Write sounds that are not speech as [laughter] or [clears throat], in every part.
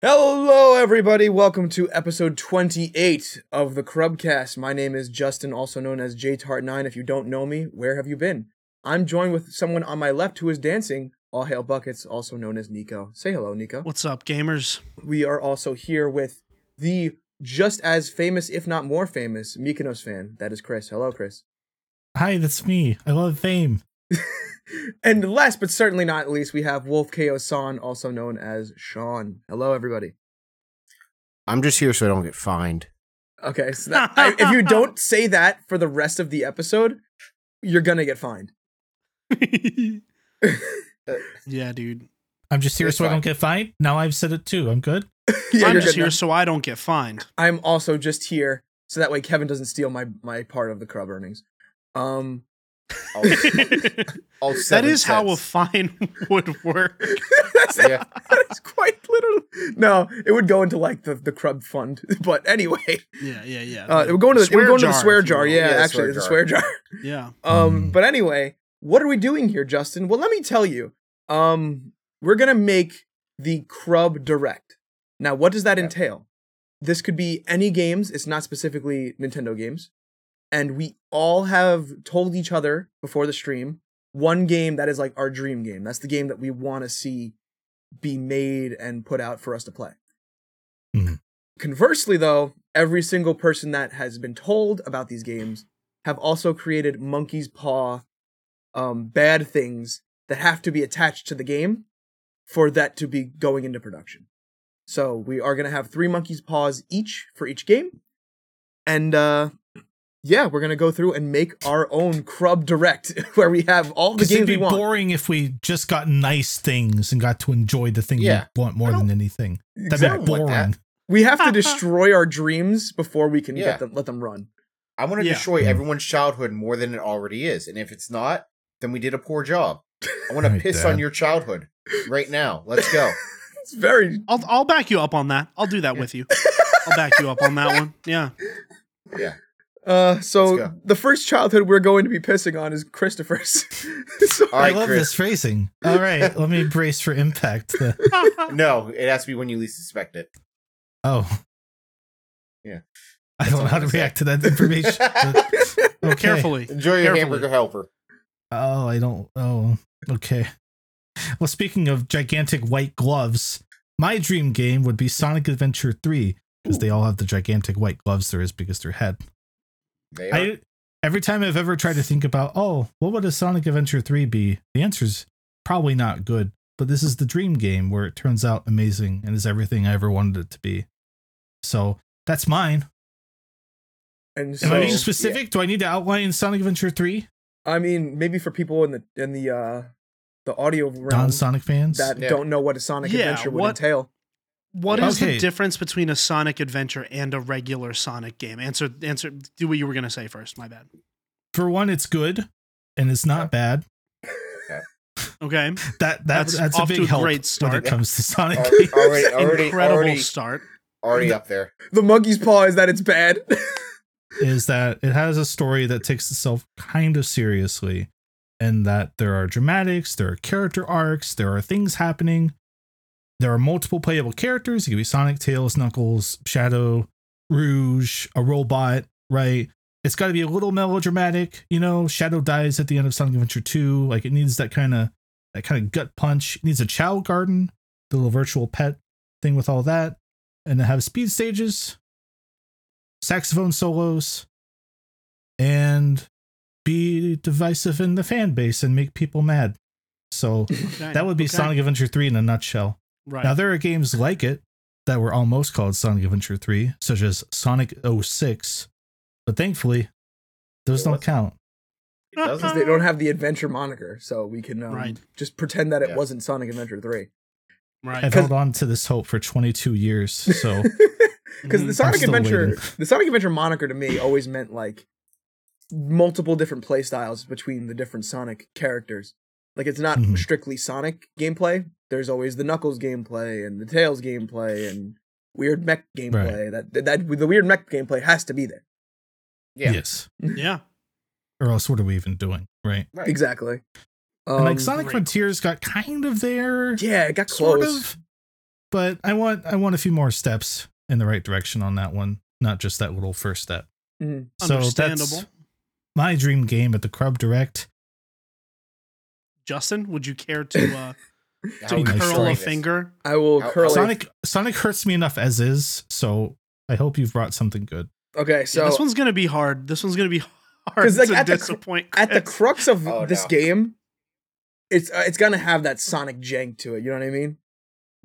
Hello, everybody. Welcome to episode 28 of the Crubcast. My name is Justin, also known as JTart9. If you don't know me, where have you been? I'm joined with someone on my left who is dancing. All hail buckets, also known as Nico. Say hello, Nico. What's up, [laughs] gamers? We are also here with the just as famous, if not more famous, Mykonos fan. That is Chris. Hello, Chris. Hi, that's me. I love fame. And last but certainly not least, we have Wolf Ko San, also known as Sean. Hello, everybody. I'm just here so I don't get fined. [laughs] Okay, so that, I, if you don't say that for the rest of the episode, you're gonna get fined. [laughs] yeah, dude. I'm just here That's so I fine. don't get fined. Now I've said it too. I'm good. yeah, I'm you're just good here now. so I don't get [laughs] fined. I'm also just here so that way Kevin doesn't steal my my part of the crub earnings. Um, [laughs] All, that all is seven how a sets. fine [laughs] would work. that's, [laughs] Yeah. that's quite literally no. It would go into like the the crub fund, [laughs] but anyway, Yeah, yeah, yeah. uh, it would go into the, it would go into the swear if you jar. will. Yeah, Yeah, actually, swear the jar. swear jar. Yeah. Um, Mm. but anyway, what are we doing here, Justin? Well, let me tell you. Um, we're gonna make the Crub Direct. Now, what does that entail? This could be any games. It's not specifically Nintendo games, and we all have told each other before the stream one game that is like our dream game. That's the game that we want to see be made and put out for us to play. Mhm. Conversely, though, every single person that has been told about these games have also created monkey's paw um, bad things that have to be attached to the game for that to be going into production. So we are going to have three monkey's paws each for each game. And uh, yeah, we're going to go through and make our own Crub Direct [laughs] where we have all the Because it'd games be we want. boring if we just got nice things and got to enjoy the thing Yeah. we want more I than don't- anything. That'd Exactly. be don't want boring. that. We have to destroy our dreams before we can Yeah. get them, let them run. I want [laughs] to Yeah. destroy everyone's childhood more than it already is, and if it's not, then we did a poor job. I [laughs] want to Right, piss Dad. on your childhood right now. Let's go. It's very I'll I'll back you up on that. I'll do that with you. I'll back you up on that one. [laughs] Yeah. uh Let's so go. the first childhood we're going to be pissing on is Christopher's. [laughs] So- All right, I love Chris. this phrasing. All [laughs] right, let me brace for impact. The- No, it has to be when you least suspect it. oh. Yeah. I don't know how to That's all I'm react to that information. [laughs] but- okay. Carefully. Enjoy your uh, Carefully. hamburger helper. Oh, I don't. Oh, okay. Well, speaking of gigantic white gloves, my dream game would be Sonic Adventure 3 because they all have the gigantic white gloves there is because they're head. They are- I, every time I've ever tried to think about, oh, what would a Sonic Adventure 3 be? The answer's probably not good, but this is the dream game where it turns out amazing and is everything I ever wanted it to be. So that's mine. and Am I being so specific? Do I need to outline Sonic Adventure 3? I mean, maybe for people in the in the uh the audio realm Non Sonic fans? that Yeah. don't know what a Sonic Yeah, adventure would what- entail. What is Okay. the difference between a Sonic adventure and a regular Sonic game? Answer answer do what you were gonna say first, my bad. For one, it's good and it's not bad. Okay. That, that That's that's, a off big to a help great when start. it comes [laughs] to Sonic. Al- games. already, already, Incredible already, start. already up [laughs] there. The monkey's paw is that it's bad. [laughs] is that it has a story that takes itself kind of seriously and that there are dramatics, there are character arcs, there are things happening. There are multiple playable characters. You could be Sonic, Tails, Knuckles, Shadow, Rouge, a robot, right? It's got to be a little melodramatic, you know. Shadow dies at the end of Sonic Adventure 2. Like it needs that kind of that kind of gut punch. It needs a Chow Garden, the little virtual pet thing with all that, and to have speed stages saxophone solos and be divisive in the fan base and make people mad. So [laughs] Okay, that would be okay. Sonic Adventure 3 in a nutshell. Right. Now, there are games like it that were almost called Sonic Adventure 3, such as Sonic 06, but thankfully, those don't count. It doesn't- Because they don't have the adventure moniker, so we can um, Right. just pretend that it Yeah. wasn't Sonic Adventure 3. [laughs] right. I've held on to this hope for [laughs] 22 years. So, Because the Mhm. Sonic Mm, still Adventure, waiting. the Sonic Adventure moniker to me always meant like multiple different play styles between the different Sonic characters. Like it's not Mhm. strictly Sonic gameplay. There's always the Knuckles gameplay and the Tails gameplay and weird mech gameplay. That that the weird mech gameplay has to be there. Yeah. yes. Mm-hmm. Yeah. Or else, what are we even doing? Right. Right. Exactly. Um, and like Sonic great. Frontiers got kind of there. yeah, it got Sort close. of. but I want I want a few more steps in the right direction on that one, not just that little first step. Mhm. So Understandable. that's my dream game at the Crub Direct. Justin, would you care to [laughs] uh, How to are we nice curl doing a this? finger? I will How- curl. it. Sonic Sonic hurts me enough as is, so I hope you've brought something good. Okay, so yeah, this one's gonna be hard. This one's gonna be [laughs] hard 'Cause, like, to at the cr- disappoint. at [laughs] the Chris. crux of Oh, this no. game, it's uh, it's gonna have that Sonic jank to it. You know what I mean?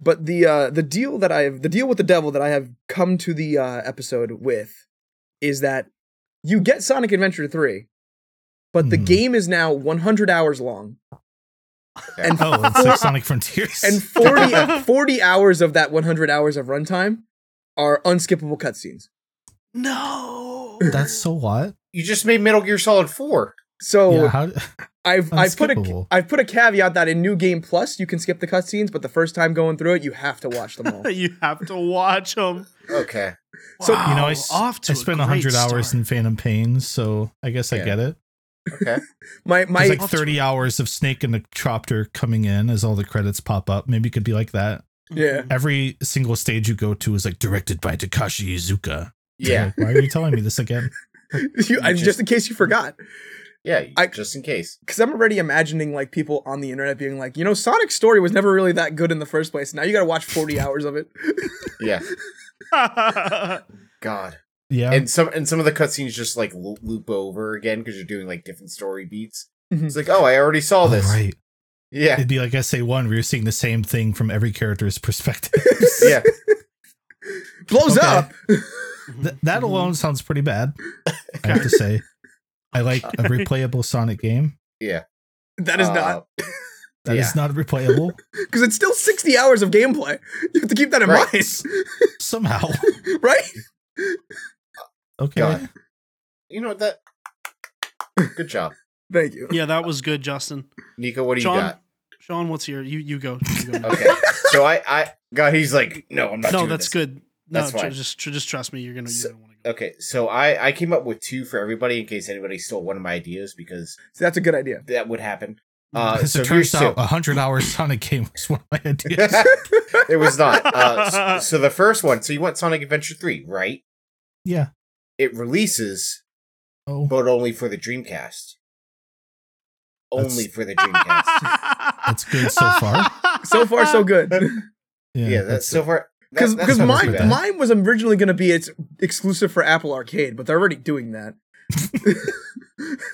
But the uh, the deal that I have the deal with the devil that I have come to the uh, episode with is that you get Sonic Adventure three, but the Hmm. game is now 100 hours long, and Oh, [laughs] it's like Sonic Frontiers. and 40, [laughs] 40 hours of that 100 hours of runtime are unskippable cutscenes. no, [laughs] that's so what? You just made Metal Gear Solid Four. So Oh, yeah, how, I've I've put a Unskippable. I've put a caveat that in New Game Plus you can skip the cutscenes, but the first time going through it, you have to watch them [laughs] all. [laughs] you have to watch them. Okay. So- you know, I, s- off to I a spent great 100 hours start. in Phantom Pain, so I guess I Yeah. get it. [laughs] Okay. My my There's like 30 hours of Snake and the Chopper coming in as all the credits pop up. Maybe it could be like that. yeah. Every single stage you go to is like directed by Takashi Iizuka. Yeah. Like, Why are you telling me this again? [laughs] you, I, just, just- in case you forgot, Yeah. I- just in case. because I'm already imagining like people on the internet being like, you know, Sonic's story was never really that good in the first place. Now you got to watch 40 hours of it. [laughs] Yeah. Mhm. God. Yeah. And some and some of the cutscenes just like lo- loop over again because you're doing like different story beats. Mhm. It's like, oh, I already saw all this. right. [laughs] Yeah. It'd be like SA1, where you're seeing the same thing from every character's perspective. Yeah. Blows Okay. up. [laughs] Th- that Mm-hmm. Mhm. alone sounds pretty bad, I [laughs] have to say. I like a replayable Sonic game. That is Uh, not That is not replayable because it's still 60 hours of gameplay. [laughs] You have to keep that in Right. [laughs] somehow. mind, [laughs] right? Okay. God. You know what that? Good job, Thank you. [laughs] Yeah, that was good, Justin. Nico. What do you Sean, got? Sean, what's your you you [laughs] go. You go. Okay. So I I God, he's like, no, I'm not. no, doing that's this. good. No, That's tr- fine. just tr- just trust me. You're gonna So- you're gonna want to [laughs] go. Okay, so I I came up with two for everybody in case anybody stole one of my ideas because So that's a good idea. [laughs] that would happen. As Uh, it so turns here's two. [laughs] out, a 100 hour Sonic game was one of my ideas. it was not. Uh, so, so the first one. So you want Sonic Adventure Three, right? yeah. It releases, Oh. but only for the Dreamcast. Only for the Dreamcast. That's good so [laughs] far. So far, so good. [laughs] yeah, that's, so far. that- Because that's because not my- too mine bad. my- mine was originally going to be it's exclusive for Apple Arcade, but they're already doing that.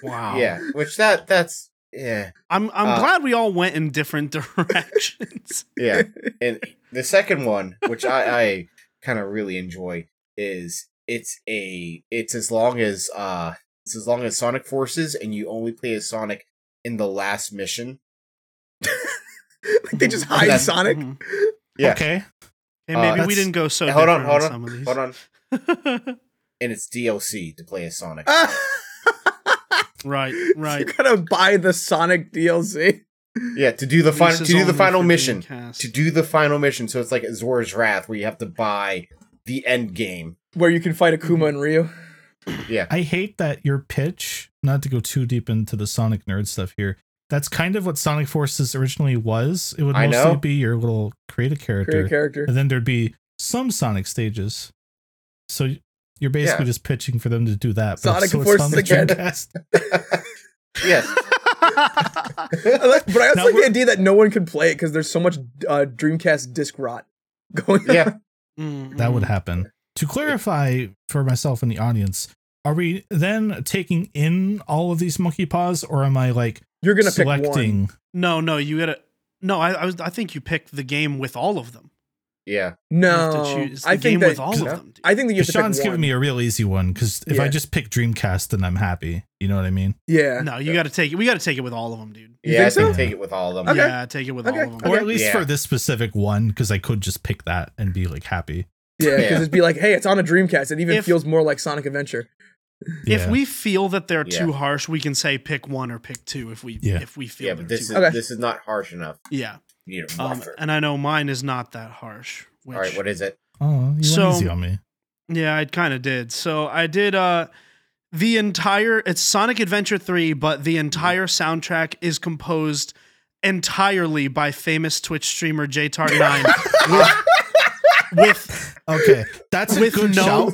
Wow. yeah, which that that's yeah I'm I'm Uh, glad we all went in different [laughs] directions. [laughs] yeah. and the second one, which I I kind of really enjoy, is it's a it's as long as uh it's as long as Sonic Forces, and you only play as Sonic in the last mission. like they just hide That's- Sonic. [laughs] Mhm. Yeah. Okay. Hey, Uh, maybe we that's- didn't go so. hold on, different hold on, some of these. Hold on, on. and it's DLC to play as Sonic. [laughs] Ah! [laughs] right, you right. gotta buy the Sonic DLC. Yeah, to do [laughs] the final This to is do the only final for mission. Dreamcast. To do the final mission, so it's like Azor's Wrath, where you have to buy the end game. Where you can fight Akuma and Ryu. I hate that your pitch, not to go too deep into the Sonic nerd stuff here, that's kind of what Sonic Forces originally was. It would I mostly know. be your little create a character, Create a character. and then there'd be some Sonic stages. So you're basically Yeah. just pitching for them to do that. Sonic so it's Forces on the again. Dreamcast. [laughs] [laughs] [laughs] yes, I like- [laughs] but I also Now like the we're- idea that no one can play it because there's so much uh, Dreamcast disc rot [laughs] going on. yeah, Mm, That would mm. happen. To clarify for myself and the audience, are we then taking in all of these monkey paws, or am I like You're gonna pick one. selecting? No, no, you gotta. No, I, I was. I think you picked the game with all of them. yeah, You have to No, choose the I think game that with all of Yeah. them. dude. I think that you have to Sean's pick giving one. me a real easy one because if Yeah. I just pick Dreamcast, then I'm happy. You know what I mean? yeah, no, you gotta take it. We gotta take it with all of them, dude. You yeah. I think think so? take it with all of them. Okay. Yeah, take it with Okay, all of them. okay. Or at least Yeah. for this specific one, because I could just pick that and be like happy. yeah, because Yeah. it'd be like, hey, it's on a Dreamcast. It even If- feels more like Sonic Adventure. If Yeah. we feel that they're too Yeah. harsh, we can say pick one or pick two. If we Yeah. if we feel Yeah, they're but this too is Okay. this is not harsh enough. yeah. You need a Um, rougher. and I know mine is not that harsh. Which, All right, what is it? oh, you So- went easy on me. Yeah, I kind of did. So I did uh the entire it's Sonic Adventure 3, but Mm-hmm. the entire soundtrack is [laughs] composed entirely by famous Twitch streamer JTAR9 with with Okay, that's a With good no- shout.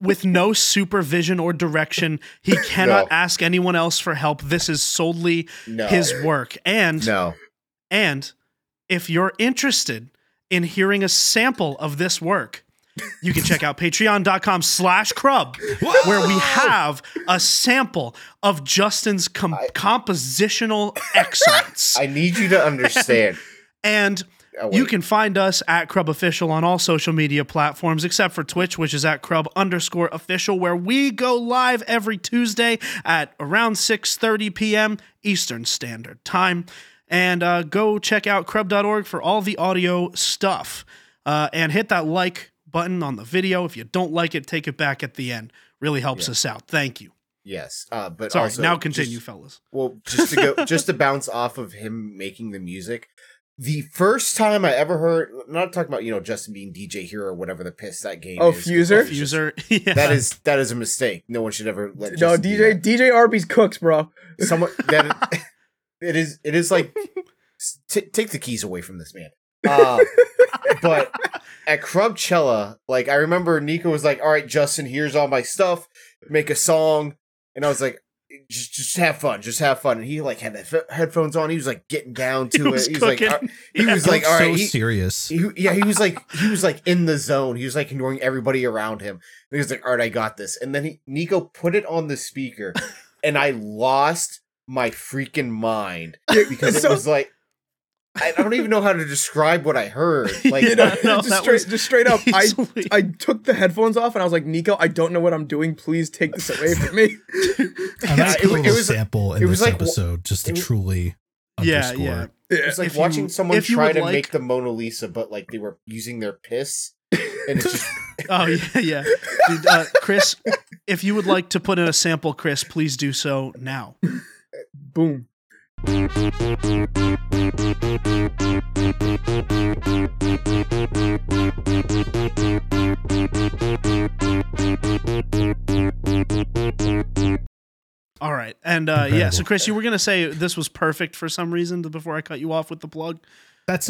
with no supervision or direction. He cannot ask anyone else for help. This is solely No. his work. And no. and if you're interested in hearing a sample of this work, you can check out [laughs] patreon.com slash crub, where we have a sample of Justin's com- I- compositional excellence. I need you to [laughs] understand. and Oh, you wait. can find us at Crub Official on all social media platforms except for Twitch, which is at Crub underscore official, where we go live every Tuesday at around 6.30 p.m. Eastern Standard Time. And uh, go check out crub.org for all the audio stuff. Uh, and hit that like button on the video. If you don't like it, take it back at the end. Really helps us out. Thank you. Yes. Uh, but Sorry, also, now just- continue, fellas. Well, just to go, just to bounce off of him making the music, the first time I ever heard, not talking about you know Justin being DJ Hero or whatever the piss that game. Oh, is, 'cause Fuser? that's just- User, [laughs] yeah. That is that is a mistake. No one should ever let no, Justin do DJ that. DJ Arby's cooks, bro. Someone that it is it is like s- t- take the keys away from this man. Uh, but at Crubchella, like I remember Nico was like, "All right, Justin, here's all my stuff. Make a song," and I was like. Just, just have fun. Just have fun. And he like had the f- headphones on. He was like getting down to He it. was he was like, cooking. "All right," he [laughs] Yeah. was like, That's all so right, he- serious. He, yeah, he was like he was like in the zone. He was like ignoring everybody around him. And he was like, "All right, I got this." And then he, Nico put it on [laughs] the speaker, and I lost my freaking mind because So- it was like I don't even know how to describe what [laughs] I heard. Like, You know, Yeah, [laughs] no, [laughs] just that straight was just straight [laughs] up. I Easily. I took the headphones off and I was like, Nico, I don't know what I'm doing. Please take this away from [laughs] me. A nice it was- little it was- sample in it was this like- episode just to it was- truly yeah, underscore. yeah. Yeah. it's like if you- watching someone if you try would to like- make the Mona Lisa, but like they were using their piss, and it's just [laughs] Oh yeah, yeah, Dude, uh, Chris. If you would like to put in a sample, Chris, please do so now. Boom. All right, and uh, yeah. So Incredible. Chris, you were gonna say this was perfect for some reason before I cut you off with the plug. That's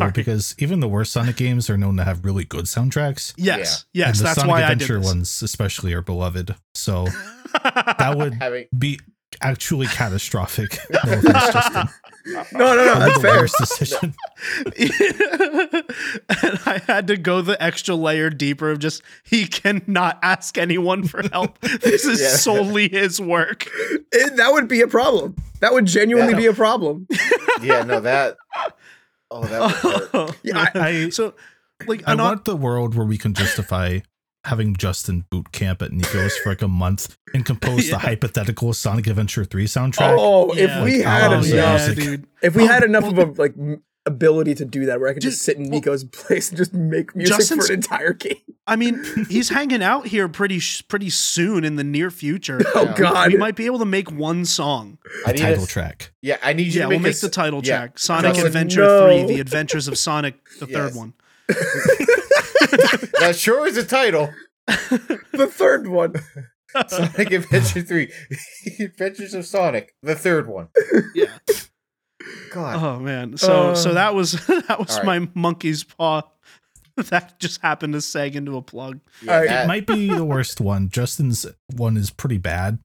Oh, sorry. because even the worst Sonic games are known to have really good soundtracks. Yes, and yes. the That's Sonic why I did Adventure this. ones especially are beloved. So that would having be [laughs] actually catastrophic. No offense, Justin. No, no, no. Probably That's the fair. worst [laughs] decision. [laughs] and I had to go the extra layer deeper of just he cannot ask anyone for help. This is Yeah. solely his work. It- that would be a problem. That would genuinely Yeah. be a problem. yeah, no that. Oh, that would hurt. [laughs] Yeah, I- I, so, like, I an want the world where we can justify having Justin boot camp at Nico's for like a month [laughs] and compose Yeah. the hypothetical Sonic Adventure 3 soundtrack. Oh, Yeah. if we Like, had oh, enough, yeah. dude. if we had enough of a well- like m- ability to do that, where I could just Just- sit in well- Nico's place and just make music Justin's- for an entire game. [laughs] I [laughs] mean, he's hanging out here pretty sh- pretty soon in the near future. Oh Yeah. God, We might be able to make one song. I need title [laughs] a, track. Yeah, I need you Yeah, to we'll make, a make s- the title yeah. track: Sonic Justin, Adventure no. Three: The Adventures of Sonic, the [laughs] Yes. third one. [laughs] That sure is a title. the third one. [laughs] Sonic Adventure 3. [laughs] Adventures of Sonic, the third one. Yeah. God. [laughs] Oh man. So Uh. so that was [laughs] that was All my monkey's paw. [laughs] That just happened to sag into a plug. Yeah, Alright. that- It might be the worst one. Justin's one is pretty bad,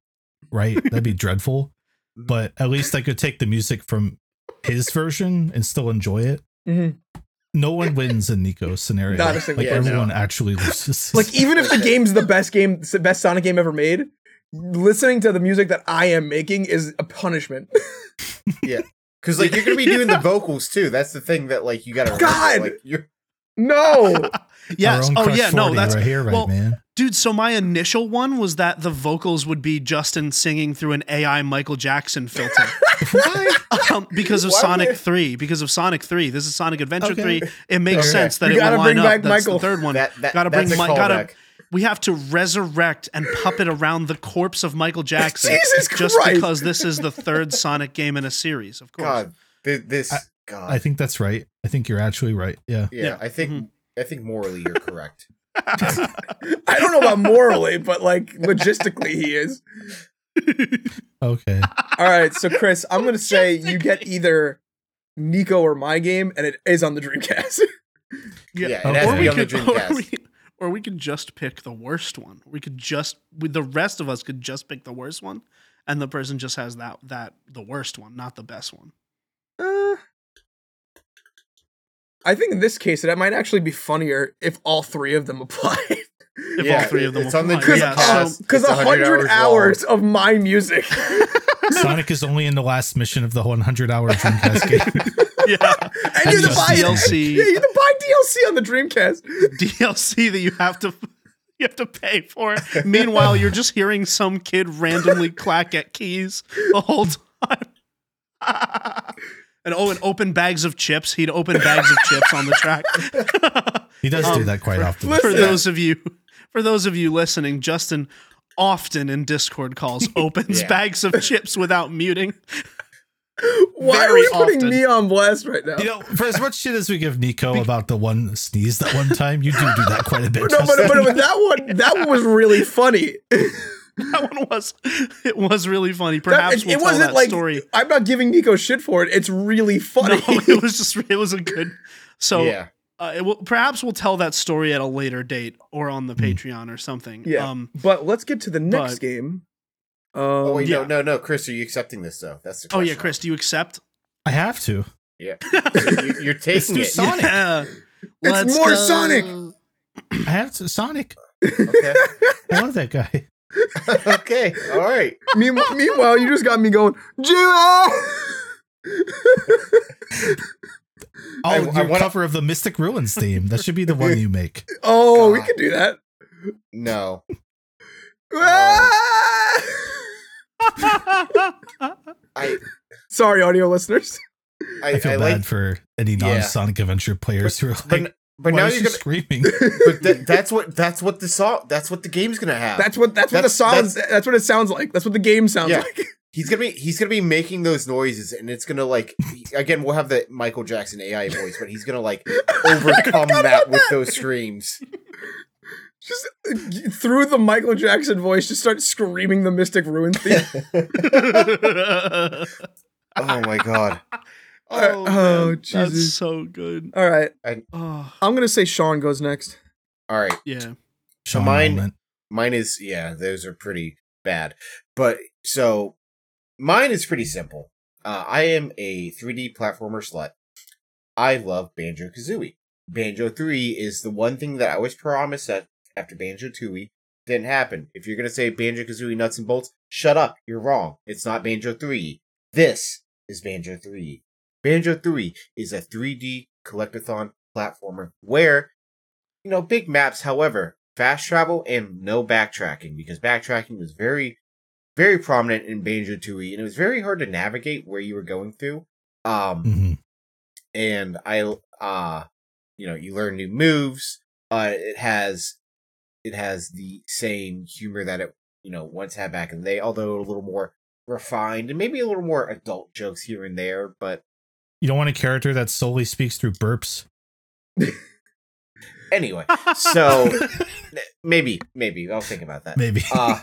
right? That'd be dreadful. But at least I could take the music from his version and still enjoy it. Mhm. No one wins in Nico's scenario. Not a like single- yeah, no. everyone actually loses. Like even if the game's the best game, s- best Sonic game ever made, listening to the music that I am making is a punishment. [laughs] Cause like you're gonna be doing the vocals too. That's the thing that like you gotta remember, God! like, you're no, Yes. Our own Oh Crush yeah. No, 40 that's right here, right, well, man. dude. So my initial one was that the vocals would be Justin singing through an AI Michael Jackson filter. Why? um, because of Why Sonic would- Three. Because of Sonic Three. This is Sonic Adventure Okay. Three. It makes Okay. sense that You it gotta would line bring up. back That's Michael. the third one. That, that gotta bring that's my- a gotta- callback. we have to resurrect and puppet around the corpse of Michael Jackson. Jesus just Christ. because this is the third Sonic game in a series, of course. God. thi- This God. I think that's right. I think you're actually right. Yeah. yeah, yeah, I think mhm. I think morally you're correct. I don't know about morally, but like logistically, he is. Okay. All right, so Chris, I'm gonna say you get either Nico or my game, and it is on the Dreamcast. [laughs] Yeah, Yeah. or it has to Okay. be we on the could, or Dreamcast. we, or we could just pick the worst one. We could just, we, the rest of us could just pick the worst one, and the person just has that that the worst one, not the best one. [laughs] Uh, I think in this case that might actually be funnier if all three of them [laughs] applied. [laughs] If all Yeah, three of them it's on the apply. Dreamcast. Yeah, so- Because It's Um, a 100 hundred hours hours of my music. Sonic is only in the last mission of the 100 hour Dreamcast game. yeah. and That's you have to just buy it. DLC. [laughs] Yeah, you have to buy DLC on the Dreamcast. [laughs] DLC that you have to [laughs] you have to pay for. Meanwhile, you're just hearing some kid randomly [laughs] clack at keys the whole time. [laughs] and oh, and open bags of chips. He'd open bags of chips on the [laughs] track. [laughs] He does Um, do that quite often. Listen. for those of you for those of you listening, Justin often in [laughs] Discord calls opens Yeah. bags of chips without muting. [laughs] Why are Very we putting often. me on blast right now? You know, for as much shit as we give Nico about the one sneeze that one time, you do do that quite a bit. no, but, Justin. but with that one, that one was really funny. That one was it was really funny. Perhaps it we'll tell wasn't that like story. I'm not giving Nico shit for it. It's really [laughs] funny. No, [laughs] it was just it was a good. So yeah, uh, it will, perhaps we'll tell that story at a later date or on the Patreon or something. Yeah. Um, but let's get to the next But- game. Um, Oh wait, yeah. no, no, no, Chris, are you accepting this though? That's the oh question. yeah, Chris, do you accept? I have to. [laughs] you, you're taking do it. Sonic. Yeah. It's more [laughs] Sonic. I have to. Sonic. Okay. I love that guy. okay. [laughs] All right. meanwhile, meanwhile, you just got me going, Jewel! Oh, I- I your wanna- cover of the Mystic Ruins theme. That should be the one you make. [laughs] Oh, we God. could do that. No. Ah! Oh. I [laughs] Sorry, audio listeners. I I, I, feel bad like for any Yeah. non-Sonic Adventure players who are but, like, but "Why now is you're she gonna screaming?" but th- that's what that's what the song that's what the game's gonna have. That's what that's, what the Uh, That's- sounds that's, what it sounds like. That's what the game sounds Yeah. like. [laughs] he's gonna be he's gonna be making those noises and it's gonna like again we'll have the Michael Jackson AI voice, but he's [laughs] gonna like overcome that with those screams. Just uh, through the Michael Jackson voice, just start screaming the Mystic Ruin theme. [laughs] Oh my god. Oh, man, that's Jesus. so good. [laughs] All right. Oh, I'm gonna say Sean goes next. All right. [laughs] yeah. Sean mine- Moment. Mine is yeah, those are pretty bad. But so mine is pretty simple. Uh, I am a 3D platformer slut. I love Banjo Kazooie. Banjo 3 is the one thing that I was promised that after Banjo Tooie didn't happen. If you're gonna say Banjo Kazooie nuts and bolts, shut up. You're wrong. It's not Banjo 3. This is Banjo 3. Banjo 3 is a 3D collectathon platformer where you know, big maps, however, fast travel and no backtracking because backtracking was very, very prominent in Banjo Tooie, and it was very hard to navigate where you were going through. Um, Mhm. and I, uh, you know, you learn new moves. Uh, it has, it has the same humor that it, you know, once had back in the day, although a little more refined and maybe a little more adult jokes here and there. But You don't want a character that solely speaks through burps. anyway, Ah. [laughs] so maybe, maybe I'll think [laughs] about that. Maybe. uh,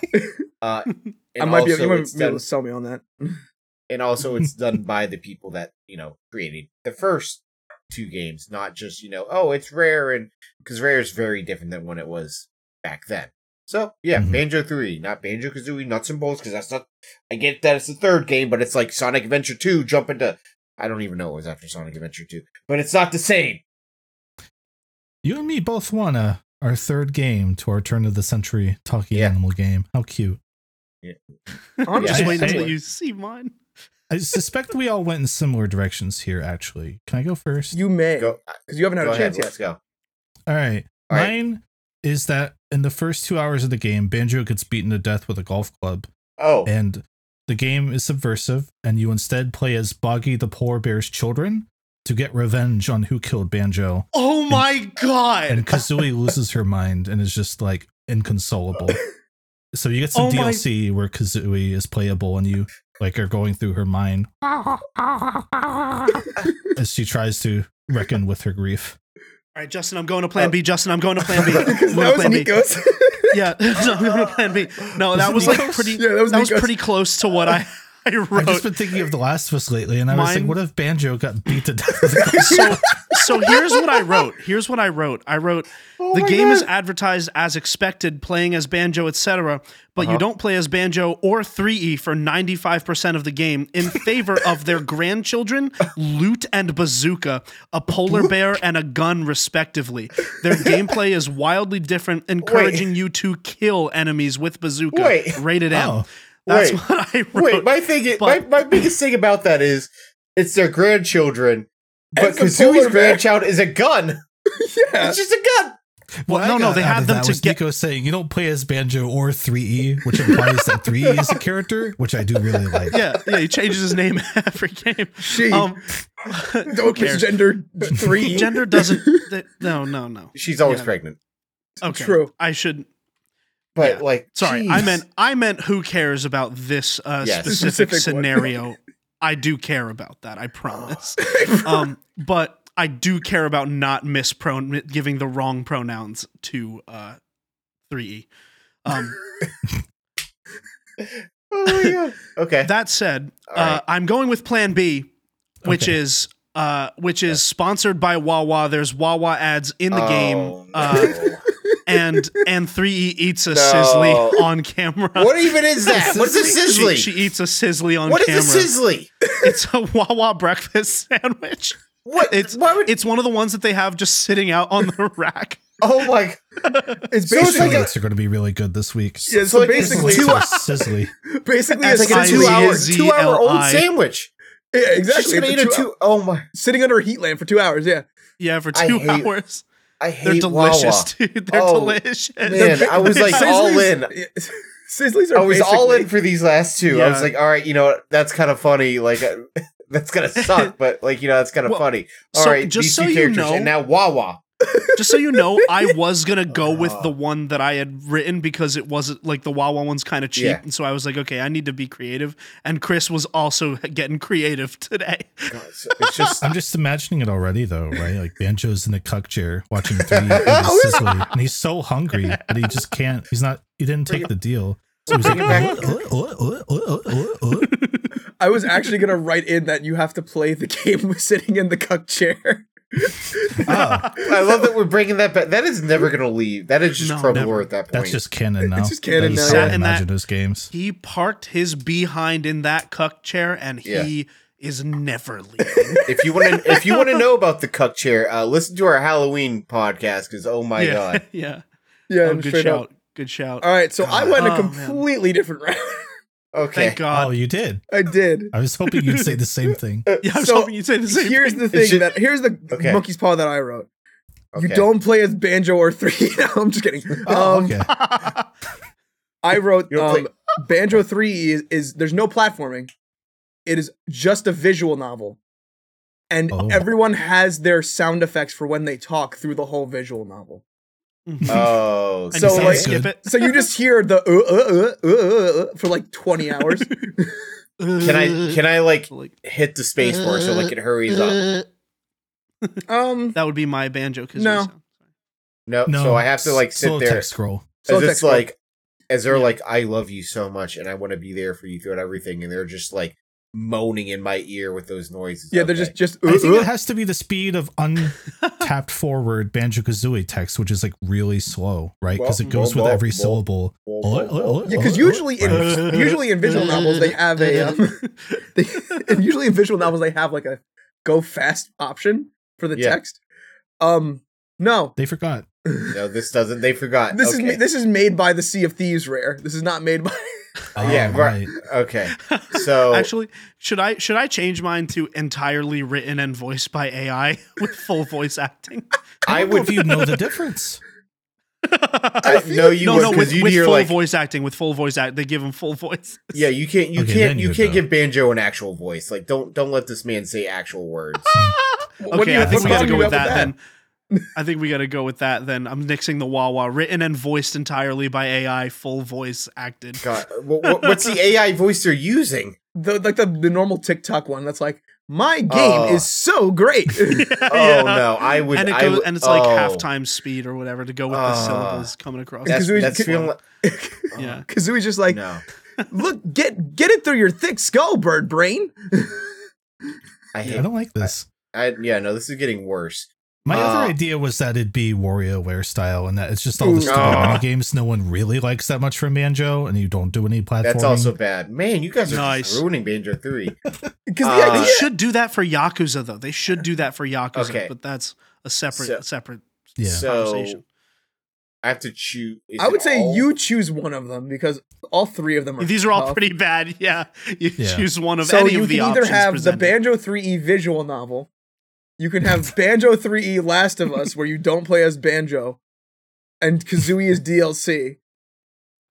uh, and I might be, also you might it's be able done, to sell me on that. and also it's done by the people that you know created the first two games, not just you know oh it's rare and because rare is very different than when it was back then. So yeah, Mhm. Banjo Three, not Banjo Kazooie Nuts and Bolts, because that's not. I get that it's the third game, but it's like Sonic Adventure Two. Jump into I don't even know what was after Sonic Adventure Two, but it's not the same. [laughs] You and me both won uh, our third game to our turn of the century talking Yeah. animal game. How cute. I'm Yeah, just I- wait I- until you see mine. I suspect we all went in similar directions here, actually. Can I go first? You may Go, because you haven't go had a ahead, chance let's yet. go. all right. All right. Mine is that in the first two hours of the game, Banjo gets beaten to death with a golf club, Oh, and the game is subversive, and you instead play as Boggy the Polar Bear's children to get revenge on who killed Banjo. Oh my And [laughs] god. Kazooie loses her mind and is just like inconsolable. So you get some Oh my- DLC where Kazooie is playable and you like are going through her [laughs] mind as she tries to reckon with her grief. All right, Justin, I'm going to plan Oh. B. Justin, I'm going [laughs] to plan B. I'm Because going to that was plan B. Nico's. Yeah, [laughs] no, I'm going to plan B. No, Was that it was like Nico's? pretty yeah, that was that was Nico's. pretty close to what I [laughs] I I've just wrote. been thinking of The Last of Us lately, and I was Mine- like, what if Banjo got beat to [laughs] death? with a so, so here's what I wrote. Here's what I wrote. I wrote Oh the game is advertised as expected, playing as banjo, etc., but Uh-huh. you don't play as banjo or 3E for 95% of the game in favor of [laughs] their grandchildren, loot and bazooka, a polar bear and a gun, respectively. Their gameplay is wildly different, encouraging you to kill enemies with bazooka. Wait. Rated M. Oh. That's Wait. what I wrote. [laughs] Wait, my thing, is, my, but- my biggest thing about that is it's their grandchildren, but It's a polar Kazooie's bear. grandchild is [laughs] a gun. Yeah. It's just a gun. What Well, no, I no, got they out had of them that to was get- Nico saying you don't play as banjo or 3E, which implies that 3E [laughs] is a character, which I do really like. yeah, yeah, he changes his name [laughs] every game. She. [laughs] Um, Don't care. kiss gender [laughs] three. gender doesn't. th- no, no, no. She's always Yeah. pregnant. Okay. True. I should. But Yeah. like, Sorry, I jeez. meant I meant who cares about this uh, Yes. specific, Specific one. scenario. I do care about that. I [laughs] promise. um, but I do care about not mispron giving the wrong pronouns to uh, 3e. [laughs] Um, [laughs] Oh my [laughs] god. Okay. that said, All uh, right. I'm going with Plan B, which Okay. is uh, which is sponsored by Wawa. There's Wawa ads in the Oh, game, no. [laughs] uh, and and 3e eats a No. sizzly on camera. what [laughs] even is that? What's a sizzly? She, she eats a sizzly on What is camera. a sizzly? It's a Wawa breakfast [laughs] sandwich. What? It's- why would, It's one of the ones that they have just sitting out on the [laughs] rack. oh my! It's So it's basically. The like a- links are going to be really good this week. yeah, so so like it's basically, two- Links are sizzly. basically, It's like a Sizzly. two-hour, Z two-hour L old I. sandwich. Yeah, She's exactly. gonna It's eat a a two- two oh my! sitting under a heat lamp for two hours. [laughs] Yeah, Yeah, for I two hate- hours. I They're hate delicious, [laughs] Wawa. dude. They're Oh, delicious. man. I was, like, all in. [laughs] yeah, Sizzlies are. I was all in basically- for these last two. I was Yeah. like, all right, you know what? That's kind of funny. Like, uh, [laughs] that's [laughs] gonna suck, but like, you know, that's kind of Well, funny. All right, so just these so two you characters, know- and now Wawa. [laughs] Just so you know, [laughs] I was gonna go with Oh. the one that I had written because it wasn't like the Wawa one's kind of cheap, Yeah. and so I was like, okay, I need to be creative. And Chris was also [laughs] getting creative today. God, it's it's just I'm just imagining it already, though, right? Like Banjo's in a cuck chair [laughs] watching three eat his sizzly, and he's so hungry that he just can't. He's not. He didn't take the deal. So he's like, Bring it "Uh, uh, uh, uh, uh, uh." [laughs] I was actually gonna write in that you have to play the game [laughs] with sitting in the cuck chair. [laughs] Ah, I love that we're bringing that back. That is never going to leave. That is just No, trouble never. at that point. that's just canon now. It's just canon That is now, how yeah. I And that- imagine those games. He parked his behind in that cuck chair, and Yeah. Oh he is never [laughs] leaving. [laughs] if you want to if you want to know about the cuck chair, uh, listen to our Halloween podcast because oh my yeah, god, yeah. Yeah, Oh, and good straight shout. up. Good shout. All right, so I went a Oh, man. completely different [laughs] route. okay, [laughs] Thank Oh, God. you did. I did. I was hoping you'd say the same [laughs] thing. [laughs] yeah, I was so hoping you'd say the same Here's thing. the thing ju- that here's the Okay. monkey's paw that I wrote. You Okay. don't play as banjo or three. [laughs] no, I'm just kidding. Oh, um, okay. I wrote You don't um, banjo three is, is there's no platforming. It is just a visual novel, and Oh. everyone has their sound effects for when they talk through the whole visual novel. [laughs] [laughs] Mhm. Oh, and so, so like- skip it. So you just hear the uh, uh, uh, uh, uh, for like 20 [laughs] hours. can I can I like like hit the space bar so like it hurries [laughs] up? um, that would be my banjo? Kazooie No. sound. No, No, so I have to like sit slow there. text scroll. Slow As text it's scroll. like, as they're like, I love you so much, and I want to be there for you throughout everything, and they're just like moaning in my ear with those noises. yeah, they're Okay. just just I think uh, it has to be the speed of untapped forward Banjo Kazooie text, which is like really slow, right? Because it goes with every syllable. Yeah, because usually [laughs] in Right. usually in visual novels they have a um, [laughs] they, and usually in visual novels they have like a go fast option for the Yeah. text. Um, no, They forgot. no, this doesn't. They [laughs] forgot. this okay. is ma- this is made by the Sea of Thieves rare. This is not made by. [laughs] Uh, Yeah, Oh, right. [laughs] Okay, so Actually, should I should I change mine to entirely written and voiced by AI [laughs] with full voice acting? [laughs] I, I would would. if you know [laughs] the difference. I, no, you no, would no, 'cause with, you'd with hear full like, voice acting, with full voice act, they give him full voice. yeah, you can't, you Okay, then can't, you you can't know. give banjo an actual voice. Like, don't, don't let this man say actual words. What do Okay, you- I think what we gotta problem go you with have that, then. I think we gotta go with that then. I'm nixing the Wawa, written and voiced entirely by AI, full voice acted. [laughs] God, what, what, what's the AI voice they're using? the like the, the normal TikTok one that's like my game Oh. is so [laughs] great. [laughs] Oh no, I would. and it I goes, would- and it's like oh. half halftime speed or whatever to go with the Ah. [laughs] syllables coming across. That's, Kazooie's- that's feeling. yeah, Kazooie's just like no. Look, get get it through your thick skull, bird brain. I Yeah, hate. I don't like this. I, yeah, no, this is getting worse. My other Uh, idea was that it'd be WarioWare style and that it's just all the stupid Aw. mini games no one really likes that much from Banjo and you don't do any platforming. That's also bad. Man, you guys are Nice. just ruining Banjo Three. Because Uh, the They idea, should do that for Yakuza though. They should do that for Yakuza, Okay. but that's a separate So- separate Yeah. So conversation. I have to choose. is I it would say all? you choose one of them because all three of them are. These are all tough. pretty bad. [laughs] Yeah, you Yeah. choose one of so any you of the can either options have presented. the Banjo 3E visual novel, you can [laughs] have Banjo 3E Last of Us, where you don't play as Banjo, and Kazooie is DLC,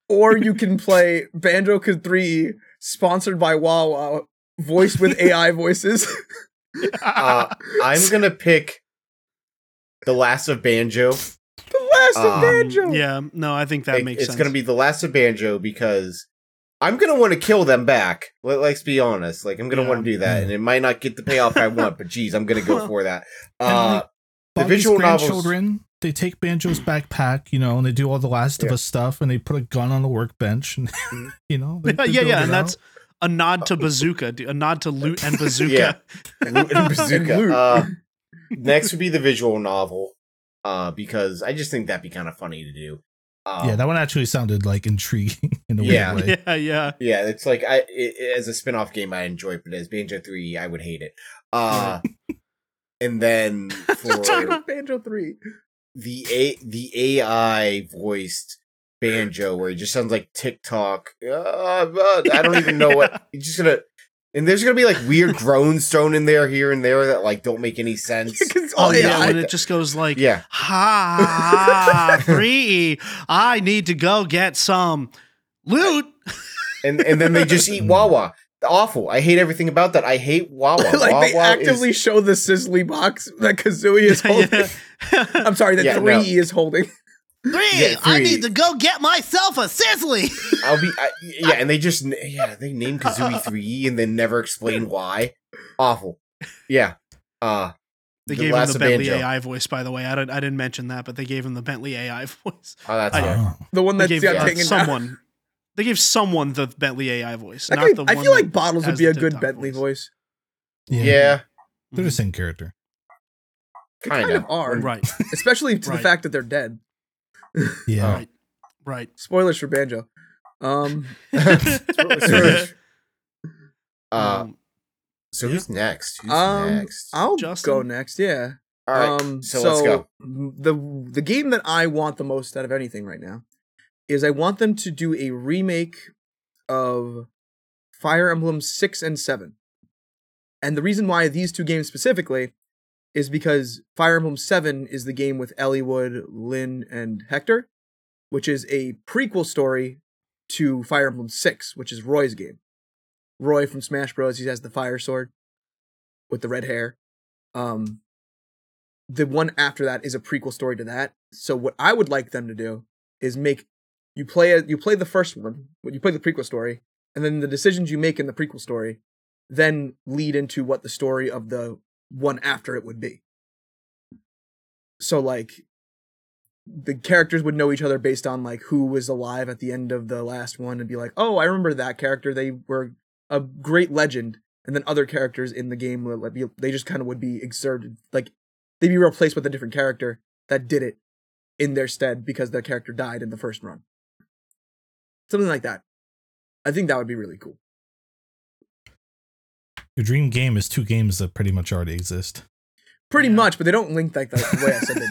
or you can play Banjo 3E sponsored by Wawa, voiced [laughs] with AI voices. [laughs] Uh, I'm gonna pick the Last of Banjo. the Last of Um, Banjo. Yeah, no, I think that It- makes it's sense. gonna be the Last of Banjo because I'm gonna want to kill them back. Let, let's be honest. Like I'm gonna Yeah. want to do that, and it might not get the payoff I want, but geez, I'm [laughs] gonna go for that. And, Uh, like, Bobby's visual novels- grandchildren, they take Banjo's backpack, you know, and they do all the Last of Yeah. Mm-hmm. Us stuff and they put a gun on a workbench and, [laughs] you know. [laughs] they- yeah, they yeah, build yeah, it and out. that's a nod to Bazooka, dude, a nod to Loot and Bazooka. Yeah. [laughs] Loot and bazooka. Loot. Uh, next would be the visual novel, uh, because I just think that'd be kind of funny to do. Um, yeah, that one actually sounded like intriguing [laughs] in [laughs] a [laughs] Yeah. weird way. yeah, yeah. yeah, it's like I it, it- as a spin-off game I enjoy, but as Banjo Three, I would hate it. [laughs] Uh, and then for Banjo E. 3. the a the AI voiced banjo where it just sounds like TikTok. Uh, uh, I don't even know [laughs] what. It's just gonna. And there's gonna be like weird groans thrown in there, here and there that like don't make any sense. [laughs] 'Cause all Oh yeah, AI when it just goes like, Yeah, ha, free. I need to go get some loot. [laughs] and and then they [laughs] just eat Wawa. Awful. I hate everything about that. I hate Wawa. [laughs] like Wawa they actively is, show the sizzly box that Kazooie is holding. [laughs] [laughs] Yeah. I'm sorry, that Yeah, 3E no. is holding. [laughs] Three, Yeah, three. go get myself a sizzly. [laughs] I'll be. I, yeah, and they just n- yeah they name Kazooie three E and then never explain why. Awful. Yeah. Uh They The gave him Last the of Bentley Banjo. AI voice, by the way. I, don't, I didn't mention that, but they gave him the Bentley AI voice. oh, that's I- [laughs] hard. Oh. The one They that's gave got uh, hanging down. someone. They gave someone the Bentley AI voice, I, not could- the I one. feel that- like Bottles would has be the a good TikTok Bentley voice. Yeah, Mhm. They're the same character. They Kinda. kind of are, Right, especially to Right. the fact that they're dead. Yeah. Oh. right, right. Spoilers for Banjo. [laughs] Um, [laughs] Uh, Um, so who's next? Who's um, next? I'll Justin? go next. Yeah. All right. um, so let's go. The the game that I want the most out of anything right now is I want them to do a remake of Fire Emblem Six and Seven, and the reason why these two games specifically is because Fire Emblem Seven is the game with Elliewood, Lynn, and Hector, which is a prequel story to Fire Emblem Six, which is Roy's game. Roy from Smash Bros. He has the fire sword with the red hair. Um, the one after that is a prequel story to that. So what I would like them to do is make you play a, you play the first one, when you play the prequel story, and then the decisions you make in the prequel story then lead into what the story of the one after it would be. So like the characters would know each other based on like who was alive at the end of the last one and be like, "Oh, I remember that character. They were a great legend." And then other characters in the game would like, be they just kind of would be exerted like they'd be replaced with a different character that did it in their stead because the character died in the first run. Something like that. I think that would be really cool. Your dream game is two games that pretty much already exist. Pretty Yeah. much, but they don't link [laughs] like that the way I said they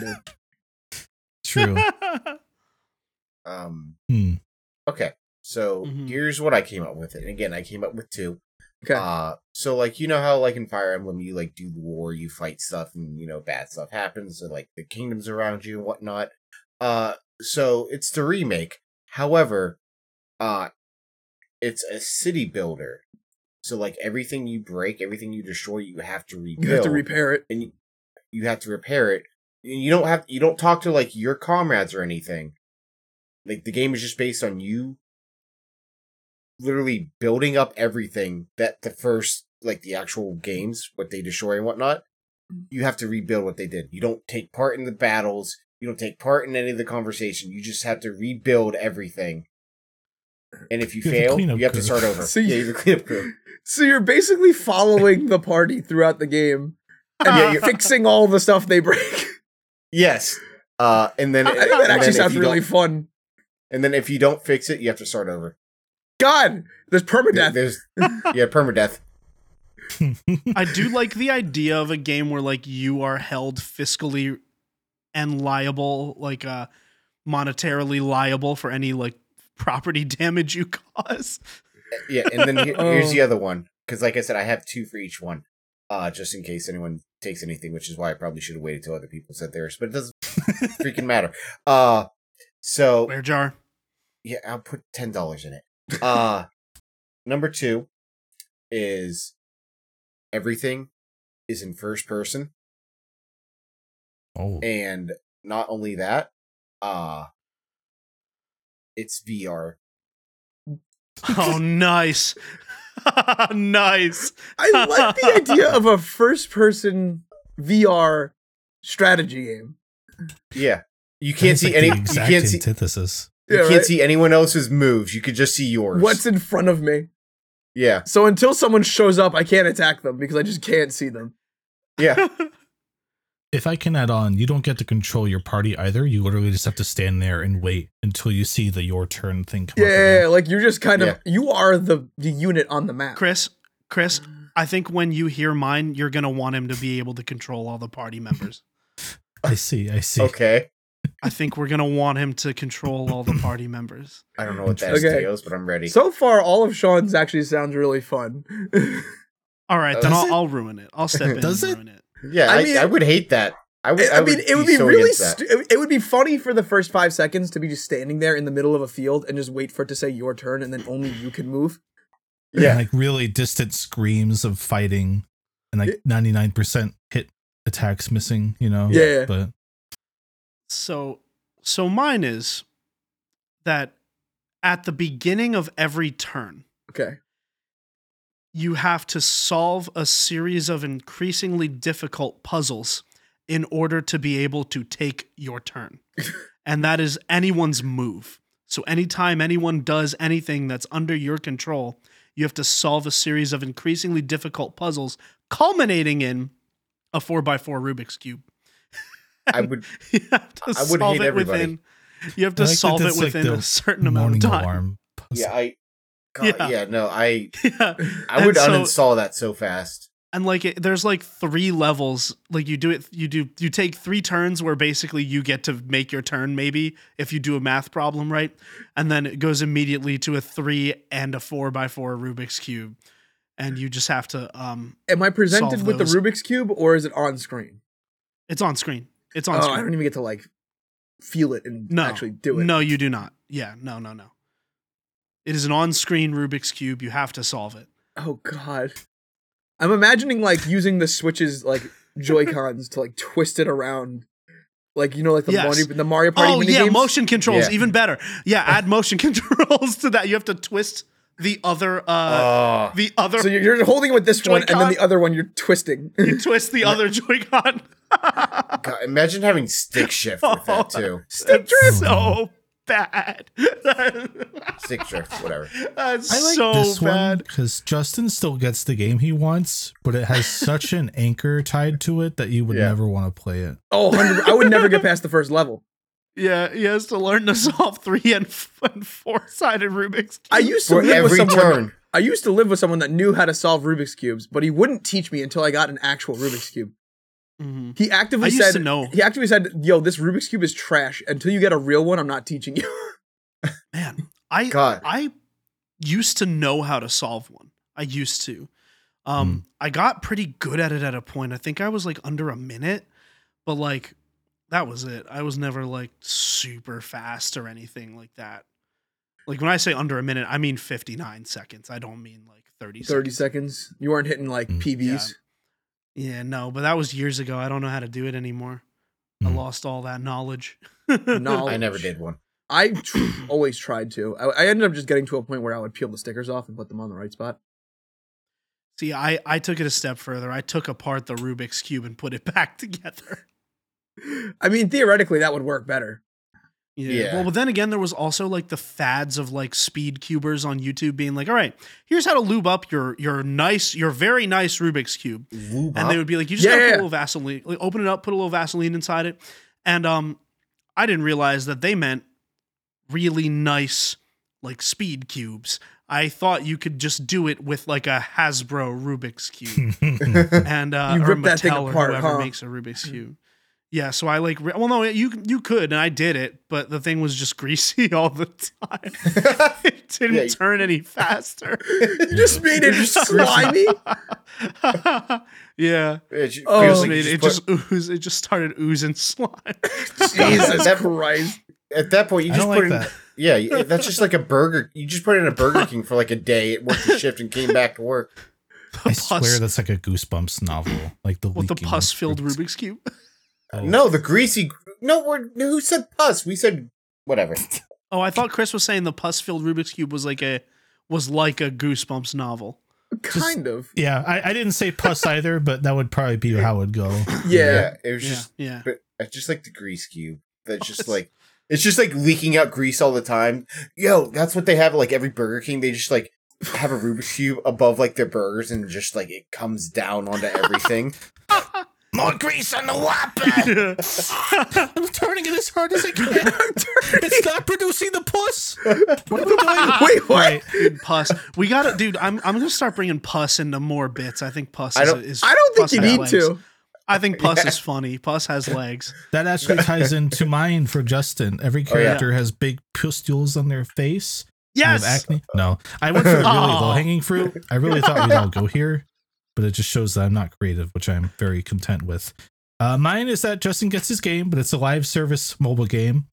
do. [laughs] True. Um, Hmm. okay. So Mhm. here's what I came up with. And again, I came up with two. Okay. Uh, so like you know how like in Fire Emblem you like do the war, you fight stuff, and you know bad stuff happens, and like the kingdoms around you and whatnot. Uh, so it's the remake. However, uh, it's a city builder. So like everything you break, everything you destroy, you have to rebuild. you have to repair it. and you, you have to repair it. And You don't have you don't talk to like your comrades or anything. Like the game is just based on you literally building up everything that the first like the actual games, what they destroy and whatnot. Mm. You have to rebuild what they did. You don't take part in the battles. You don't take part in any of the conversation. You just have to rebuild everything and if [laughs] you, You have a fail, cleanup you have crew. to start [laughs] over. So yeah, you- you have a cleanup crew. So you're basically following the party throughout the game and Yeah, [laughs] you're you're- fixing all the stuff they break. [laughs] Yes. Uh, and then I think that and then actually if sounds you really don't- fun. And then if you don't fix it, you have to start over. God, there's permadeath. There's yeah, permadeath. I do like the idea of a game where like you are held fiscally and liable, like uh monetarily liable for any like property [laughs] damage you cause. Yeah, and then he- Oh. here's the other one because, like I said, I have two for each one, uh, just in case anyone takes anything, which is why I probably should have waited till other people said theirs, but it doesn't freaking matter. Uh, so Where jar? yeah, I'll put ten dollars in it. Uh number two is everything is in first person, Oh, and not only that, uh it's VR. [laughs] Oh nice. [laughs] nice. I like the idea [laughs] of a first person VR strategy game. Yeah, you that can't is, see like, any. the You exact can't see. antithesis. You Yeah, can't right? see anyone else's moves. You could just see yours. What's in front of me? yeah, So until someone shows up, I can't attack them because I just can't see them. yeah, If I can add on, you don't get to control your party either. You literally just have to stand there and wait until you see the your turn thing come Yeah, up. again. like you're just kind of you are the the unit on the map. Chris, Chris, I think when you hear mine, you're gonna want him to be able to control all the party members. I see. I [laughs] see. okay. I think we're gonna want him to control all the party members. I don't know what that Okay. deals, but I'm ready. So far, all of Sean's actually sounds really fun. All right, then Uh, Does I'll, it? I'll ruin it. I'll [laughs] step in Does and it? ruin it. yeah, I I, mean- I, would hate that. I would. I, mean, it would be so really against that. stu- it it would be funny for the first five seconds to be just standing there in the middle of a field and just wait for it to say your turn, and then only you can move. yeah. Yeah. like really distant screams of fighting and Yeah. like 99% hit attacks missing, you know? Yeah. But So so mine is that at the beginning of every turn, [laughs] Okay. you have to solve a series of increasingly difficult puzzles in order to be able to take your turn. and that is anyone's move. So anytime anyone does anything that's under your control, you have to solve a series of increasingly difficult puzzles culminating in a 4x4 Rubik's cube. I would. [laughs] you have to I would solve hate it everybody. within you have to I like that solve it that's like within the a certain amount of time. puzzle. Yeah, [laughs] I. God, Yeah. yeah. no, I. [laughs] yeah. I would And uninstall that so fast. and like it, there's like three levels like you do it you do you take three turns where basically you get to make your turn maybe if you do a math problem right and then it goes immediately to a three and a four by four rubik's cube and you just have to um Am I presented Solve with the those. Rubik's cube or is it on screen? it's on screen it's on Oh, I don't screen even get to like feel it and No. actually do it. no you do not yeah no no no it is an on-screen rubik's cube you have to solve it Oh god. I'm imagining like using the switches like Joy Cons to like twist it around, like you know, like the Yes. Mario the Mario Party. oh mini yeah games? motion controls Yeah. even better yeah add motion [laughs] controls to that you have to twist the other uh Oh, the other So you're, you're holding it with this one, and then Joy-Con. the other one you're twisting. you twist the other Joy-Con. [laughs] Oh, God, imagine [laughs] having stick shift with Oh. that too. Stick drift. So bad. [laughs] That's Stick shift, whatever. I like so this one bad. because Justin still gets the game he wants, but it has such [laughs] an anchor tied to it that you would Yeah. never want to play it. [laughs] [laughs] Oh, 100 I would never get past the first level. Yeah, he has to learn to solve three and, f- and four-sided Rubik's cube. I used to For live with every someone. turn, I used to live with someone that knew how to solve Rubik's cubes, but he wouldn't teach me until I got an actual Rubik's cube. Mhm. He actively I used said, to know. He actively said, "Yo, this Rubik's cube is trash. Until you get a real one, I'm not teaching you." Man, I God, I used to know how to solve one. I used to. Hmm. Um, I got pretty good at it at a point. I think I was like under a minute, but like that was it. I was never like super fast or anything like that. Like when I say under a minute, I mean 59 seconds. I don't mean like 30, Thirty seconds. seconds. You weren't hitting like Mm. PBs. Yeah, no, but that was years ago. I don't know how to do it anymore. I Mm. lost all that knowledge. Hmm. Knowledge. I never did one. I [clears throat] tr- always tried to. I, I ended up just getting to a point where I would peel the stickers off and put them on the right spot. [laughs] See, I, I took it a step further. I took apart the Rubik's [laughs] Cube and put it back together. I mean, theoretically, that would work better. Yeah. Yeah. Well, but then again, there was also like the fads of like speed cubers on YouTube being like, "All right, here's how to lube up your your nice, your very nice Rubik's cube," Lube and up? they would be like, "You just Uh-huh. Yeah, gotta yeah, yeah. put a little Vaseline, like open it up, put a little Vaseline inside it," and um, I didn't realize that they meant really nice like speed cubes. I thought you could just do it with like a Hasbro Rubik's cube and uh, You or rip that thing Mattel or apart, whoever huh? makes a Rubik's cube. Yeah, so I like. Re- well, no, you you could, and I did it, but the thing was just [laughs] greasy all the time. [laughs] it didn't Yeah, you- turn any faster. [laughs] [laughs] You just made [laughs] it slimy. yeah, It's- Oh. it it's just, like made, you it put- just ooze. It just started oozing slime. [laughs] Jesus That- Christ. at that point you I just don't put like in that. yeah you- that's just like a burger you just put in a Burger King for like a day it worked a shift and came back to work I pus- swear that's like a Goosebumps novel. Like the With the leaking pus filled Rubik's- Rubik's cube. Oh. no the greasy no we're who said pus we said whatever Oh, I thought Chris was saying the pus filled Rubik's cube was like a was like a Goosebumps novel. Kind [clears throat] of. Yeah, I, I didn't say [laughs] pus either, but that would probably be how it would go. Yeah. it was Yeah, just yeah. but it's just like the grease cube that's just like it's just like leaking out grease all the time yo that's what they have at, like every burger king they just like have a rubik's cube above like their burgers and just like it comes down [laughs] onto everything More grease on the whopper. [laughs] [laughs] I'm turning it as hard as [laughs] I [laughs] can. it's not producing the puss. What are we [laughs] doing? Wait, what? Right. Dude, pus. We got to, dude. I'm I'm gonna start bringing pus into more bits. I think pus I is, don't- is. I don't think pus you has need legs. to. I [laughs] think pus is funny. Pus has legs. That actually ties into mine for Justin. Every Oh, yeah. character has big pustules on their face. and have Yes. acne. No, I went for really Aw. low hanging fruit. I really thought we'd all go here, but it just shows that I'm not creative, which I'm very content with. Uh, mine is that Justin gets his game, but it's a live service mobile game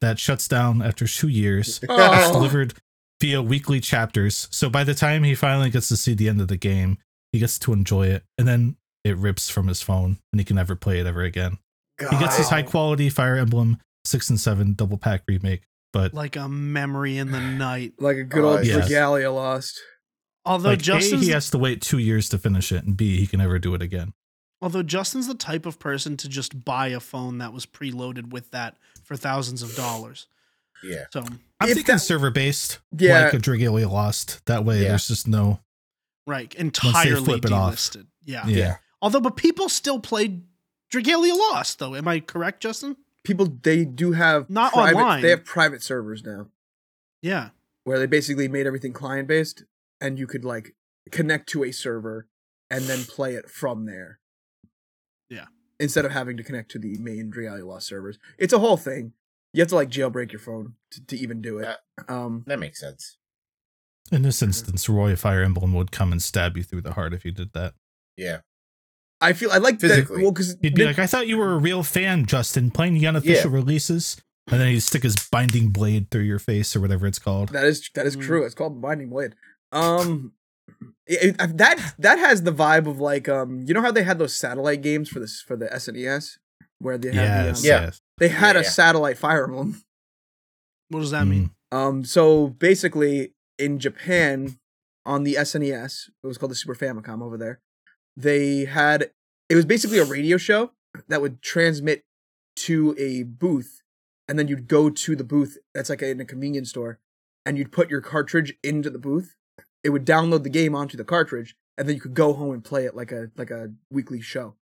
that shuts down after two years. It's Oh. delivered via weekly chapters. So by the time he finally gets to see the end of the game, he gets to enjoy it. And then it rips from his phone and he can never play it ever again. He gets his high quality Fire Emblem 6 and 7 double pack remake, but Like a memory in [sighs] the night. Like a good Oh, old yes. regalia lost. Although like, A, Justin's he has to wait two years to finish it, and B, he can never do it again. although Justin's the type of person to just buy a phone that was preloaded with that for thousands of dollars. yeah So I'm If thinking that- server based, Yeah. like a Dragalia Lost. That way, Yeah. there's just no. right, entirely flip it off. delisted. Yeah. Yeah. Yeah. Although, but people still played Dragalia Lost, though. Am I correct, Justin? People they do have Not private, online. They have private servers now. Yeah. where they basically made everything client based and you could like connect to a server and then play it from there. Yeah. Instead of having to connect to the main Reality Lost servers. It's a whole thing. You have to like jailbreak your phone to, to even do it. Uh, Um that makes sense In Mm-hmm. this instance, Roy Fire Emblem would come and stab you through the heart if you did that. yeah I feel I like that physically. well cuz He'd be like, "I thought you were a real fan, Justin, playing the unofficial releases." And then he'd stick his binding blade through your face or whatever it's called. that is that is Mm. true. It's called Binding Blade. Um it- it- that that has the vibe of like um you know how they had those satellite games for this for the SNES where they had the, um, Yes, Yeah. yes. they had a Yeah. satellite fire emblem What does that Mm. mean? Um, so basically, in Japan, on the SNES, it was called the Super Famicom over there. They had it was basically a radio show that would transmit to a booth, and then you'd go to the booth that's like in a convenience store, and you'd put your cartridge into the booth. It would download the game onto the cartridge, and then you could go home and play it like a like a weekly show.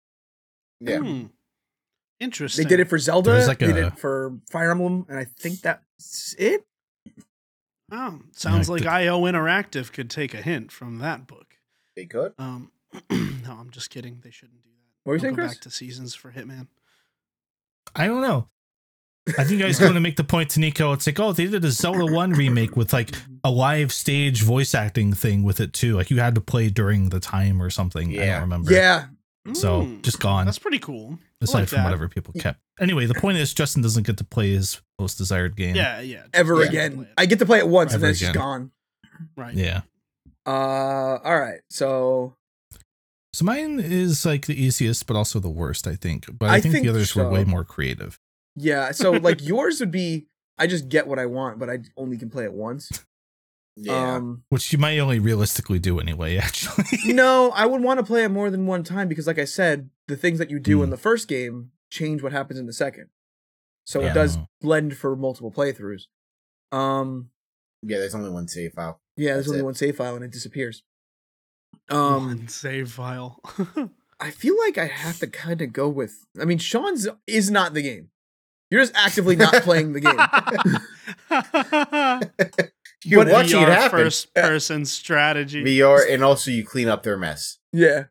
yeah Hmm. Interesting. Mm. They did it for Zelda, There's like they did a- it for Fire Emblem, and I think that's it. Oh, sounds like Connected. IO Interactive could take a hint from that book. they could Um, [clears throat] no, I'm just kidding. They shouldn't do that. What were you I'll saying, go Chris? back to seasons for Hitman. I don't know. I think I was going to make the point to Nico. It's like, oh, they did a Zelda 1 remake with like a live stage voice acting thing with it too. Like you had to play during the time or something. I Yeah. don't remember. Yeah, So Mm, just gone. That's pretty cool. I Aside like from that. whatever people kept. Anyway, the point is Justin doesn't get to play his most desired game. Yeah, yeah. ever Yeah. again. I get to play it once, and Ever then it's just again. gone. right. Yeah. Uh, all right. So So mine is like the easiest, but also the worst, I think. But I, I think, think the others so. were way more creative. yeah, so like yours would be I just get what I want, but I only can play it once. yeah Um, Which you might only realistically do anyway, [laughs] actually. no, I would want to play it more than one time because, like I said, the things that you do in the first game change what happens in the second. So Yeah. it does blend for multiple playthroughs. Um, Yeah, there's only one save file. yeah, there's That's only it. one save file and it disappears. Um, One save file. [laughs] I feel like I have to kind of go with. I mean, Sean's is not the game. You're just actively [laughs] not playing the game. You're But watching VR it happen. First person strategy. VR, and also you clean up their mess. Yeah.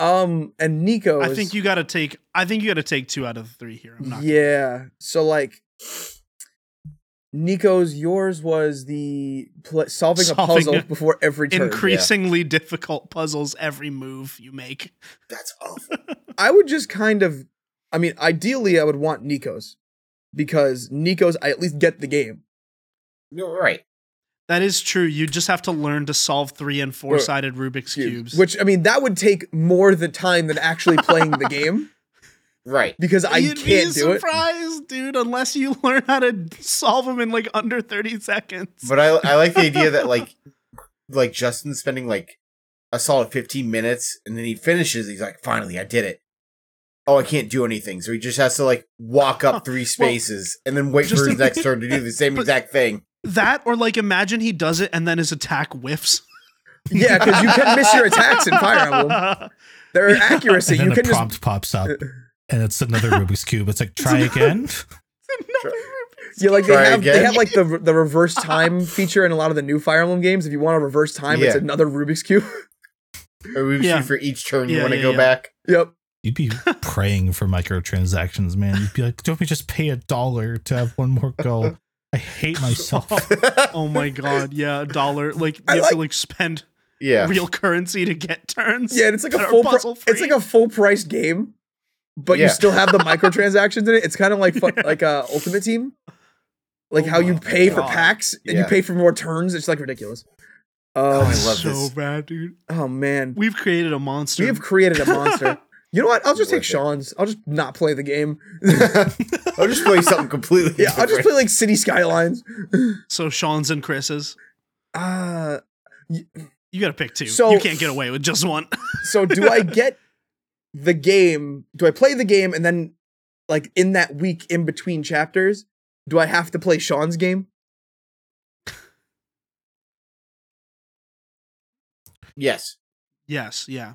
Um, and Nico. I is- think you got to take. I think you got to take two out of the three here. I'm not. Yeah. So like, Nico's yours was the pl- solving, Solving a puzzle a- before every turn. Increasingly difficult puzzles every move you make. That's awful. I would just kind of. I mean, ideally, I would want Nico's because Nico's I at least get the game. [laughs] You're right. That is true. You just have to learn to solve three and four sided Rubik's cubes. Which I mean, that would take more the time than actually playing the [laughs] game Right. because I You'd be can't do it. surprised, dude, unless you [laughs] learn how to solve them in like under 30 seconds. But I I like the idea that [laughs] like like Justin spending like a solid 15 minutes and then he finishes. He's like, finally, I did it. Oh, I can't do anything. So he just has to like walk up three spaces and then wait for Justin- [laughs] his next turn to do the same But- exact thing. That or like imagine he does it and then his attack whiffs. Yeah, because you can [laughs] miss your attacks in Fire Emblem. Their accuracy, and then you a can just prompt pops up, and [laughs] it's another Rubik's cube. It's like try again. Another [laughs] Rubik's Yeah, like they Try have they again. have like the the [laughs] reverse time feature in a lot of the new Fire Emblem games. If you want to reverse time, it's Yeah. another Rubik's cube. [laughs] Or we Yeah. see for each turn you Yeah, want to yeah, go yeah. back. yep. You'd be praying for microtransactions, man. You'd be like, don't we just pay a dollar to have one more go? I hate myself. [laughs] Oh my god, yeah, a dollar. Like you I have to like- like spend [laughs] yeah. real currency to get turns. Yeah, and it's like that a are full pri- puzzle-free. it's like Oh, a full price game, but you Yeah. still [laughs] have the microtransactions in it. It's kind of like fu- like uh, Ultimate Team, like Oh how you my pay for God. packs and you Yeah. pay for more turns. It's like ridiculous. Oh Um, I love so this. bad, dude. oh [laughs] man, We've created a monster. we have created a [laughs] monster. You know what? I'll just Worth take it. Sean's. I'll just not play the game. [laughs] I'll just play something completely yeah, I'll just play like City Skylines. so Sean's and Chris's. Uh You gotta pick two. So- you can't get away with just one. So do [laughs] I get the game? Do I play the game and then like in that week in between chapters, do I have to play Sean's game? Yes. yes, yeah.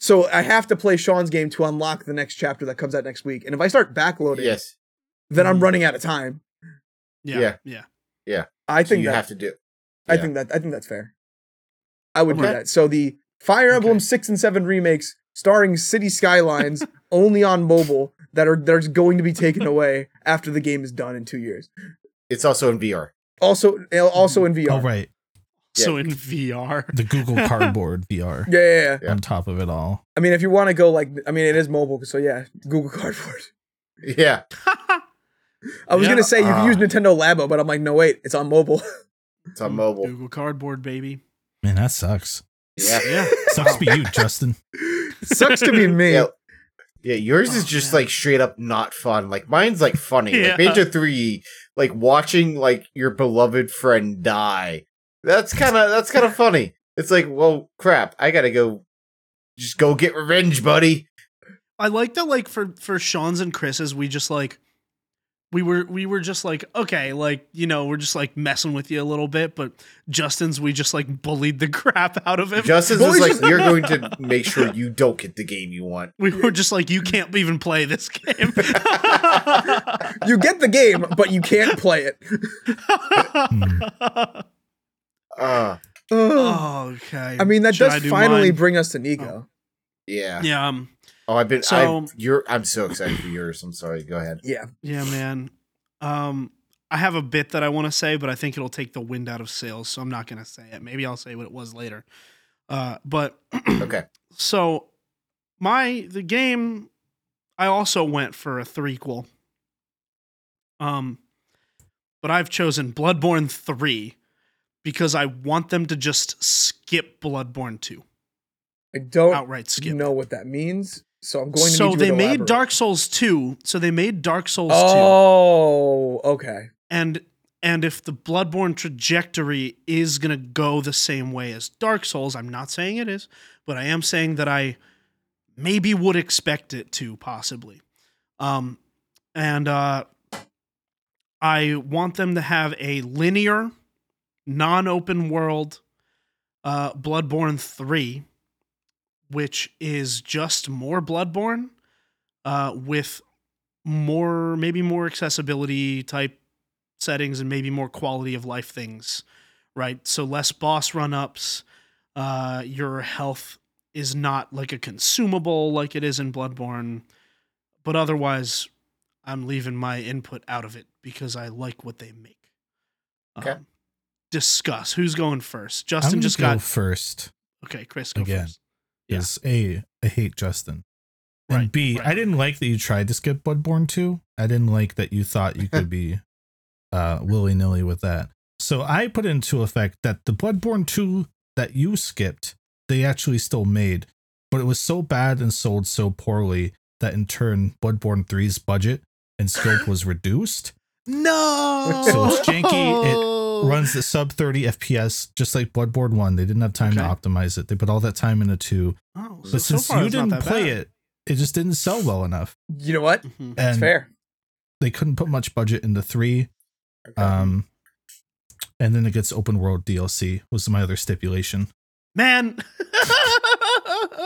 So I have to play Sean's game to unlock the next chapter that comes out next week. And if I start backloading, Yes. then Mm-hmm. I'm running out of time. Yeah. Yeah. Yeah. I So think you that, have to do. I yeah. think that I think that's fair. I would do Okay. that. So the Fire Emblem Okay. 6 and 7 remakes starring City [laughs] Skylines only on mobile that are that's going to be taken away after the game is done in 2 years. It's also in VR. Also eh, also in VR. Oh, right. So [laughs] in VR. The Google Cardboard [laughs] VR Yeah, yeah, yeah. Yeah. on top of it all. I mean, if you want to go like, I mean, it is mobile, so yeah, Google [laughs] Cardboard. Yeah. I was Yeah. uh. gonna say you can Ah. use Nintendo Labo, but I'm like, no, wait, it's on mobile. [laughs] It's on mobile. Google Cardboard, baby. Man, that sucks. Yeah. Yeah. Sucks to be [laughs] you, Justin. Sucks to be me. Yeah. Yeah, yours Oh, is just man. like straight up not fun. Like mine's like funny. Yeah. Like Major Three, like watching like your beloved friend die. That's kind of that's kind of funny. It's like, well, crap. I gotta go. Just go get revenge, buddy. I like that like for for Sean's and Chris's, we just like we were we were just like, okay, like, you know, we're just like messing with you a little bit, but Justin's we just like bullied the [laughs] crap out of him. Justice Well, was it's like, just- we're going to make sure you don't get the game you want. [laughs] [laughs] we were just like, you can't even play [laughs] this game. [laughs] You get the game, but you can't play [laughs] it. Hmm. Uh, Ugh. okay. I mean, that Oh, Should I does do finally mine? Oh. bring us to Nico. yeah. yeah, um, Oh, I've been. So- So, you're. I'm so excited for yours. I'm sorry. Go ahead. Yeah, Yeah, man. Um, I have a bit that I want to say, but I think it'll take the wind out of sails, so I'm not going to say it. Maybe I'll say what it was later. Uh, but [clears throat] Okay. so my the game, I also went for a threequel. Um, but I've chosen Bloodborne three because I want them to just skip Bloodborne two I don't outright. Skip. know what that means, so I'm Oh, going to. so need you they to made elaborate. Dark Souls two. So they made Dark Souls two. Oh, okay. and and if the bloodborne trajectory is going to go the same way as dark souls i'm not saying it is but i am saying that i maybe would expect it to possibly um and uh, I want them to have a linear, non-open world uh, Bloodborne three, which is just more Bloodborne uh, with more, maybe more accessibility type settings and maybe more quality of life things, right? So less boss run ups. Uh, your health is not like a consumable like it is in Bloodborne, but otherwise, I'm leaving my input out of it because I like what they make. Um, Okay. discuss who's going first. I'm Justin gonna just go got first. okay. Chris, go again. first. Yeah. Is a I hate Justin. And Right, B, right. I didn't like that you tried to skip Bloodborne 2. I didn't like that you thought [laughs] you could be uh willy nilly with that. So I put into effect that the Bloodborne 2 that you skipped, they actually still made, but it was so bad and sold so poorly that in turn Bloodborne 3's budget [laughs] and scope was reduced. No. So it's [laughs] janky, Runs the sub 30 FPS just like Bloodborne 1. They didn't have time to Okay. optimize it. They put all that time into 2. Oh, so, But so since far you it's not didn't that play bad. it, it just didn't sell well enough. You know what? Mhm. That's And fair. they couldn't put much budget into three. Okay. Um, and then it gets open world DLC was my other stipulation. Man, [laughs] [laughs]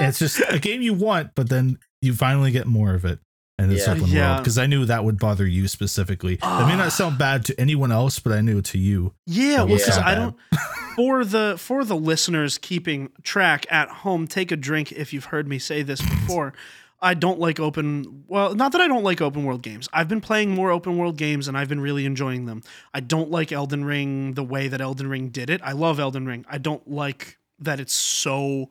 It's just a game you want, but then you finally get more of it. And it's Yeah. open Yeah. world because I knew that would bother you specifically. That may Ah. not sound bad to anyone else, but I knew to you. Yeah, It well, was because not I bad. don't. For the for the listeners keeping track at home, take a drink if you've heard me say this before. I don't like open. Well, not that I don't like open world games. I've been playing more open world games and I've been really enjoying them. I don't like Elden Ring the way that Elden Ring did it. I love Elden Ring. I don't like that it's so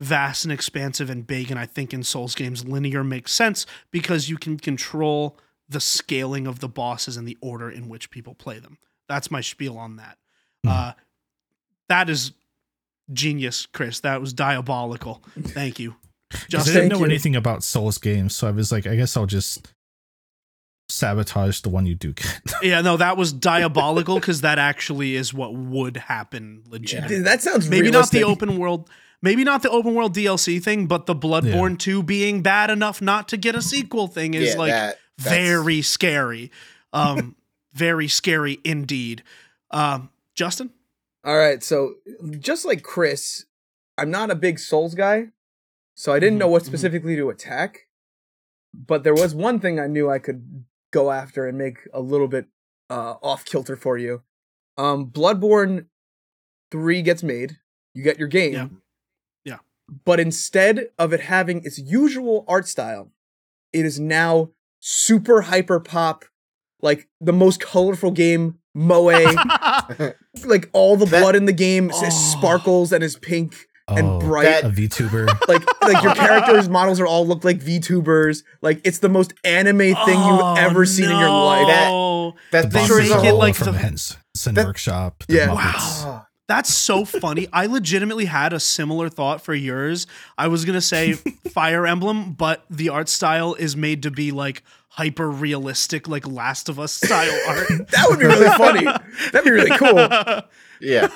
vast and expansive and big. And I think in Souls games, linear makes sense because you can control the scaling of the bosses and the order in which people play them. That's my spiel on that. Hmm. Mhm. Uh, that is genius, Chris. That was diabolical. Thank [laughs] you. 'Cause I Justin, didn't Thank know you. anything about Souls games, so I was like, I guess I'll just sabotage the one you do get. yeah, no, that was diabolical because that actually is what would happen legit. Dude, that sounds Maybe not the realistic. open world. Maybe not the open world DLC thing, but the Bloodborne 2 being bad enough not to get a sequel thing is Yeah, like that- that's- [laughs] very scary. Um, very scary indeed. Um, Justin? All right, so just like Chris, I'm not a big Souls guy, so I didn't know what Mhm, mhm. specifically to attack. But there was one thing I knew I could go after and make a little bit uh, off kilter for you. Um, Bloodborne three gets made. You get your game. Yeah. Yeah. But instead of it having its usual art style, it is now super hyper pop, like the most colorful game [laughs] moe like all the That- blood in the game s- Oh. sparkles and is pink and bright. Oh, a VTuber. like like your [laughs] characters models are all look like VTubers. Like it's the most anime thing Oh, you've ever seen in your life. That- no. the That they thing bosses is make a it whole- all like from the- Henson that- Workshop. Yeah. Wow. Ah, That's [laughs] so funny. I legitimately had a similar thought for yours. I was [laughs] gonna say Fire Emblem, but the art style is made to be like hyper realistic, like Last of Us style [laughs] art. That would be really [laughs] funny. That'd be really cool. yeah.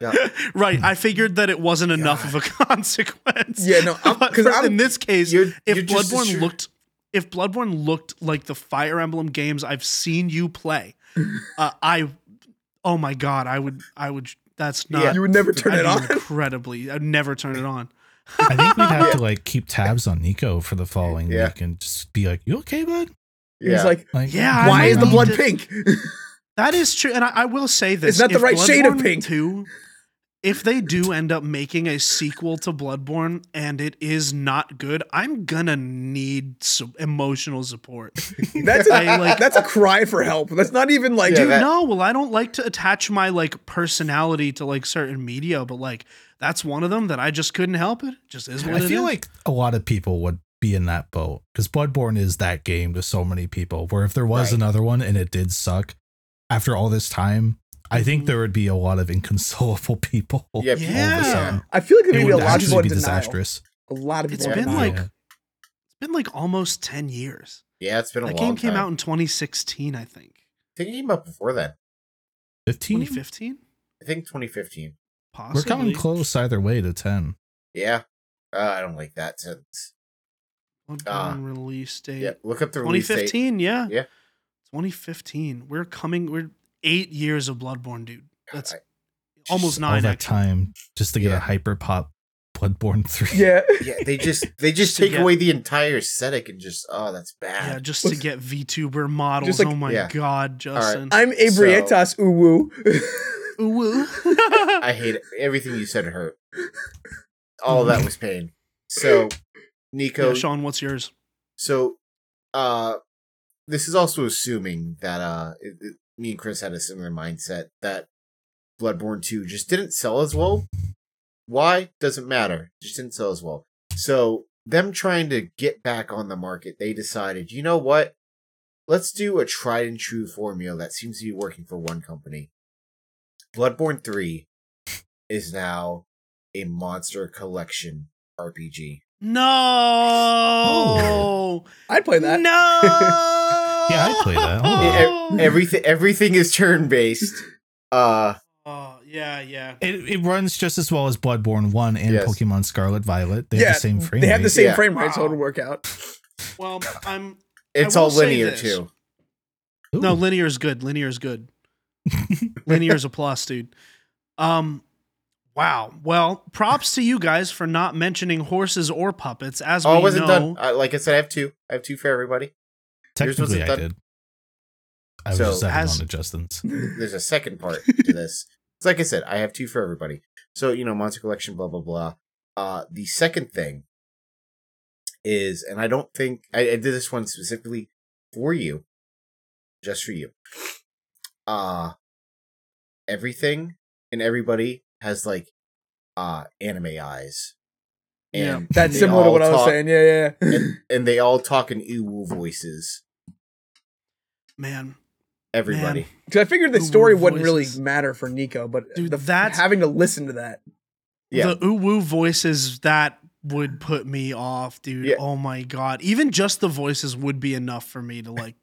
Yeah. Right. I figured that it wasn't enough of a [laughs] consequence. Yeah, no, I'm- But 'cause for- I'm- in this case, You're- if you're just Bloodborne as sure- looked if Bloodborne looked like the Fire Emblem games I've seen [laughs] you play, uh, I oh my god, I would I would that's not you would never turn I'd it be on. [laughs] Incredibly, I'd never turn it on. I think [laughs] we'd have to like keep tabs on Nico for the following Yeah. week and just be like, "You okay, bud?" He's Yeah. like, Like, Yeah, I why mean, is the we blood did- pink? That is true, and I, I will say this: not the if right shade of pink. 2, if they do end up making a sequel to Bloodborne and it is not good, I'm gonna need some emotional support. [laughs] That's a, I, like- that's a cry for help. That's not even like Yeah, dude, that- no, well, I don't like to attach my like personality to like certain media, but like that's one of them that I just couldn't help it. Just is what I it feel is. like a lot of people would be in that boat because Bloodborne is that game to so many people. Where if there was Right. another one and it did suck, after all this time, I think Mhm. there would be a lot of [laughs] inconsolable people. all Yeah. people of a yeah, sudden. I feel like It, there'd be a would lot of people actually in be denial. disastrous. A lot of It's people in been denial. like- Yeah. it's been like almost ten years. Yeah, it's been a That long game came time. out in 2016, I think. I think it came out before then. fifteen. 2015, I think 2015. possibly. We're coming close either way to ten. Yeah. Uh, I don't like that sentence. Bloodborne release date. Yeah, look up the release date. 2015, yeah. Yeah. 2015. We're coming we're 8 years of Bloodborne, dude. That's I- almost Just 9 All that actually. time just to get Yeah. a hyper pop Bloodborne [laughs] [laughs] three. Yeah. yeah, they [laughs] just they just So, take yeah. away the entire aesthetic and just oh, that's Yeah, bad. just to get VTuber models. like- oh my Yeah. god, Justin. [laughs] I'm Abrietas Uwu. Ooh. [laughs] I hate it. everything you said. Hurt. All of that was pain. So, Nico, Mm-hmm. Yeah, Sean, what's yours? So, uh, this is also assuming that uh, it, it- me and Chris had a similar mindset that Bloodborne Two just didn't sell as well. Why doesn't matter. Just didn't sell as well. So them trying to get back on the market, they decided, you know what? Let's do a tried and true formula that seems to be working for one company. Bloodborne Three is now a monster collection RPG. No. [laughs] I'd play that. No. [laughs] Yeah, I'd play that. Hold E- e- everything everything is turn based. Uh Oh, yeah, yeah. It, it runs just as well as Bloodborne one and Yes. Pokemon Scarlet Violet. They Yeah, have the same frame. They have the rate. same Yeah. frame rate, so Wow. it'll work out. [laughs] Well, I'm it's I will all say linear this. too. Ooh. No, linear is good. Linear is good. linear is a plus, dude. Um, wow. Well, props to you guys for not mentioning horses or puppets. As Oh, I we wasn't know, done. I, like I said, I have two. I have two for everybody. Yours wasn't Technically, I done. did. I was So, just adding as- on to Justin's. There's a second [laughs] part to this. It's like I said, I have two for everybody. So you know, monster collection, blah blah blah. Uh, the second thing is, and I don't think I, I did this one specifically for you, just for you. Uh everything and everybody has like uh anime eyes. Yeah. [laughs] That's Oh, they similar to all what I was talk- saying. Yeah, yeah. yeah. [laughs] And, and they all talk in uwu voices. man, Everybody. Man. Because I figured the Uwu story wouldn't really voices. matter for Nico, but Dude, the, that's- having to listen to that. Yeah. the uwu voices that would put me off, dude. Yeah. Oh my god. Even just the voices would be enough for me to like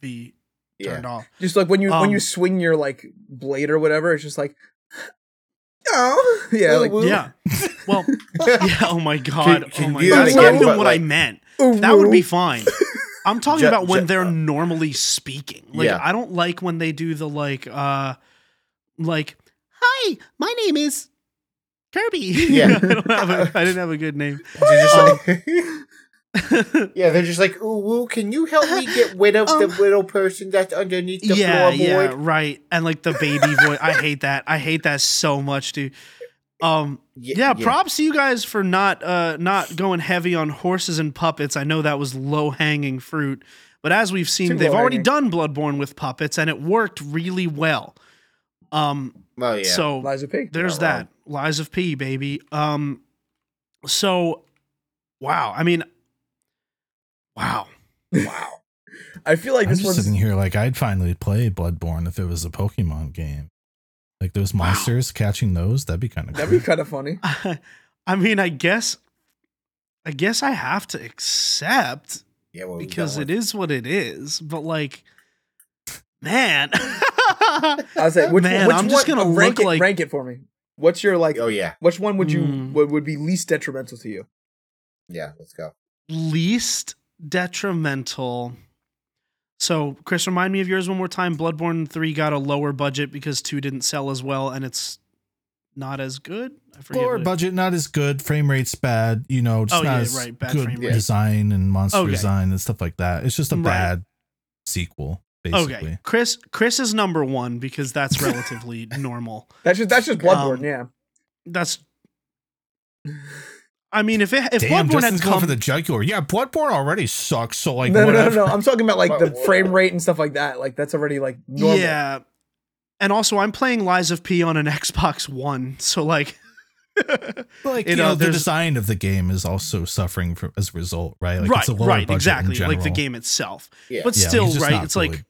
be yeah. turned off. Just like when you when Um, you swing your like blade or whatever, it's just like, oh yeah, [laughs] like [laughs] Uwu. Yeah. Well, yeah. Oh my god. Can- can oh my you do god. that That's again, not even but, what I like- meant. That would be fine. [laughs] I'm talking Ju- about when ju- they're uh, normally speaking. Like Yeah. I don't like when they do the like uh like hi, my name is Kirby. [laughs] Yeah. I, don't have a, I didn't have a good [laughs] name. They're just like- [laughs] Yeah, they're just like, ooh, woo, can you help me get rid of the Um, little person that's underneath the yeah, yeah, floorboard? right. And like the baby voice. I hate that. I hate that so much, dude. Um yeah, props to you guys for not uh not going heavy on horses and puppets. I know that was low hanging fruit, but as we've seen, Too they've already low-hanging. done Bloodborne with puppets, and it worked really well. Um, Oh, yeah. so Liza P. there's not that wrong. Lies of P, baby. Um, so wow, I mean, wow, [laughs] wow. [laughs] I feel like I'm this just one's sitting here like I'd finally play Bloodborne if it was a Pokemon game. Like those Wow. monsters catching those, that'd be kind of that'd be cool. kind of funny. I mean, I guess, I guess I have to accept Yeah, well, because it is what it is. But like, man, [laughs] I was [laughs] like, which, Man, which I'm one, oh, just gonna rank look it, like- rank it for me. What's your like? Oh, yeah. Which one would you Mm. would, would be least detrimental to you? Yeah, let's go. least detrimental. So, Chris, remind me of yours one more time. Bloodborne three got a lower budget because two didn't sell as well, and it's not as good. I forget. Lower what it- budget, not as good. Frame rate's bad. You know, just Oh, not yeah, as right, bad good frame rate. design and monster Okay. design and stuff like that. It's just a Right. bad sequel, basically. Okay, Chris. Chris is number one [laughs] because that's relatively normal. That's just that's just Bloodborne. Um, yeah, [laughs] That's. I mean, if it if Damn, Bloodborne Justin's had going come, for the jugular. Yeah, Bloodborne already sucks. So like, no, no, no, whatever. no. I'm talking about like the But- frame rate and stuff like that. Like that's already like normal. yeah, and also I'm playing Lies of P on an [laughs] Xbox One, so like, But, like You you, know, know, the there's- design of the game is also suffering from, as a result, right? Like, right, it's a lower right, budget in exactly, like the general. game itself. Yeah. But Yeah, he's still, just right? not It's fully- like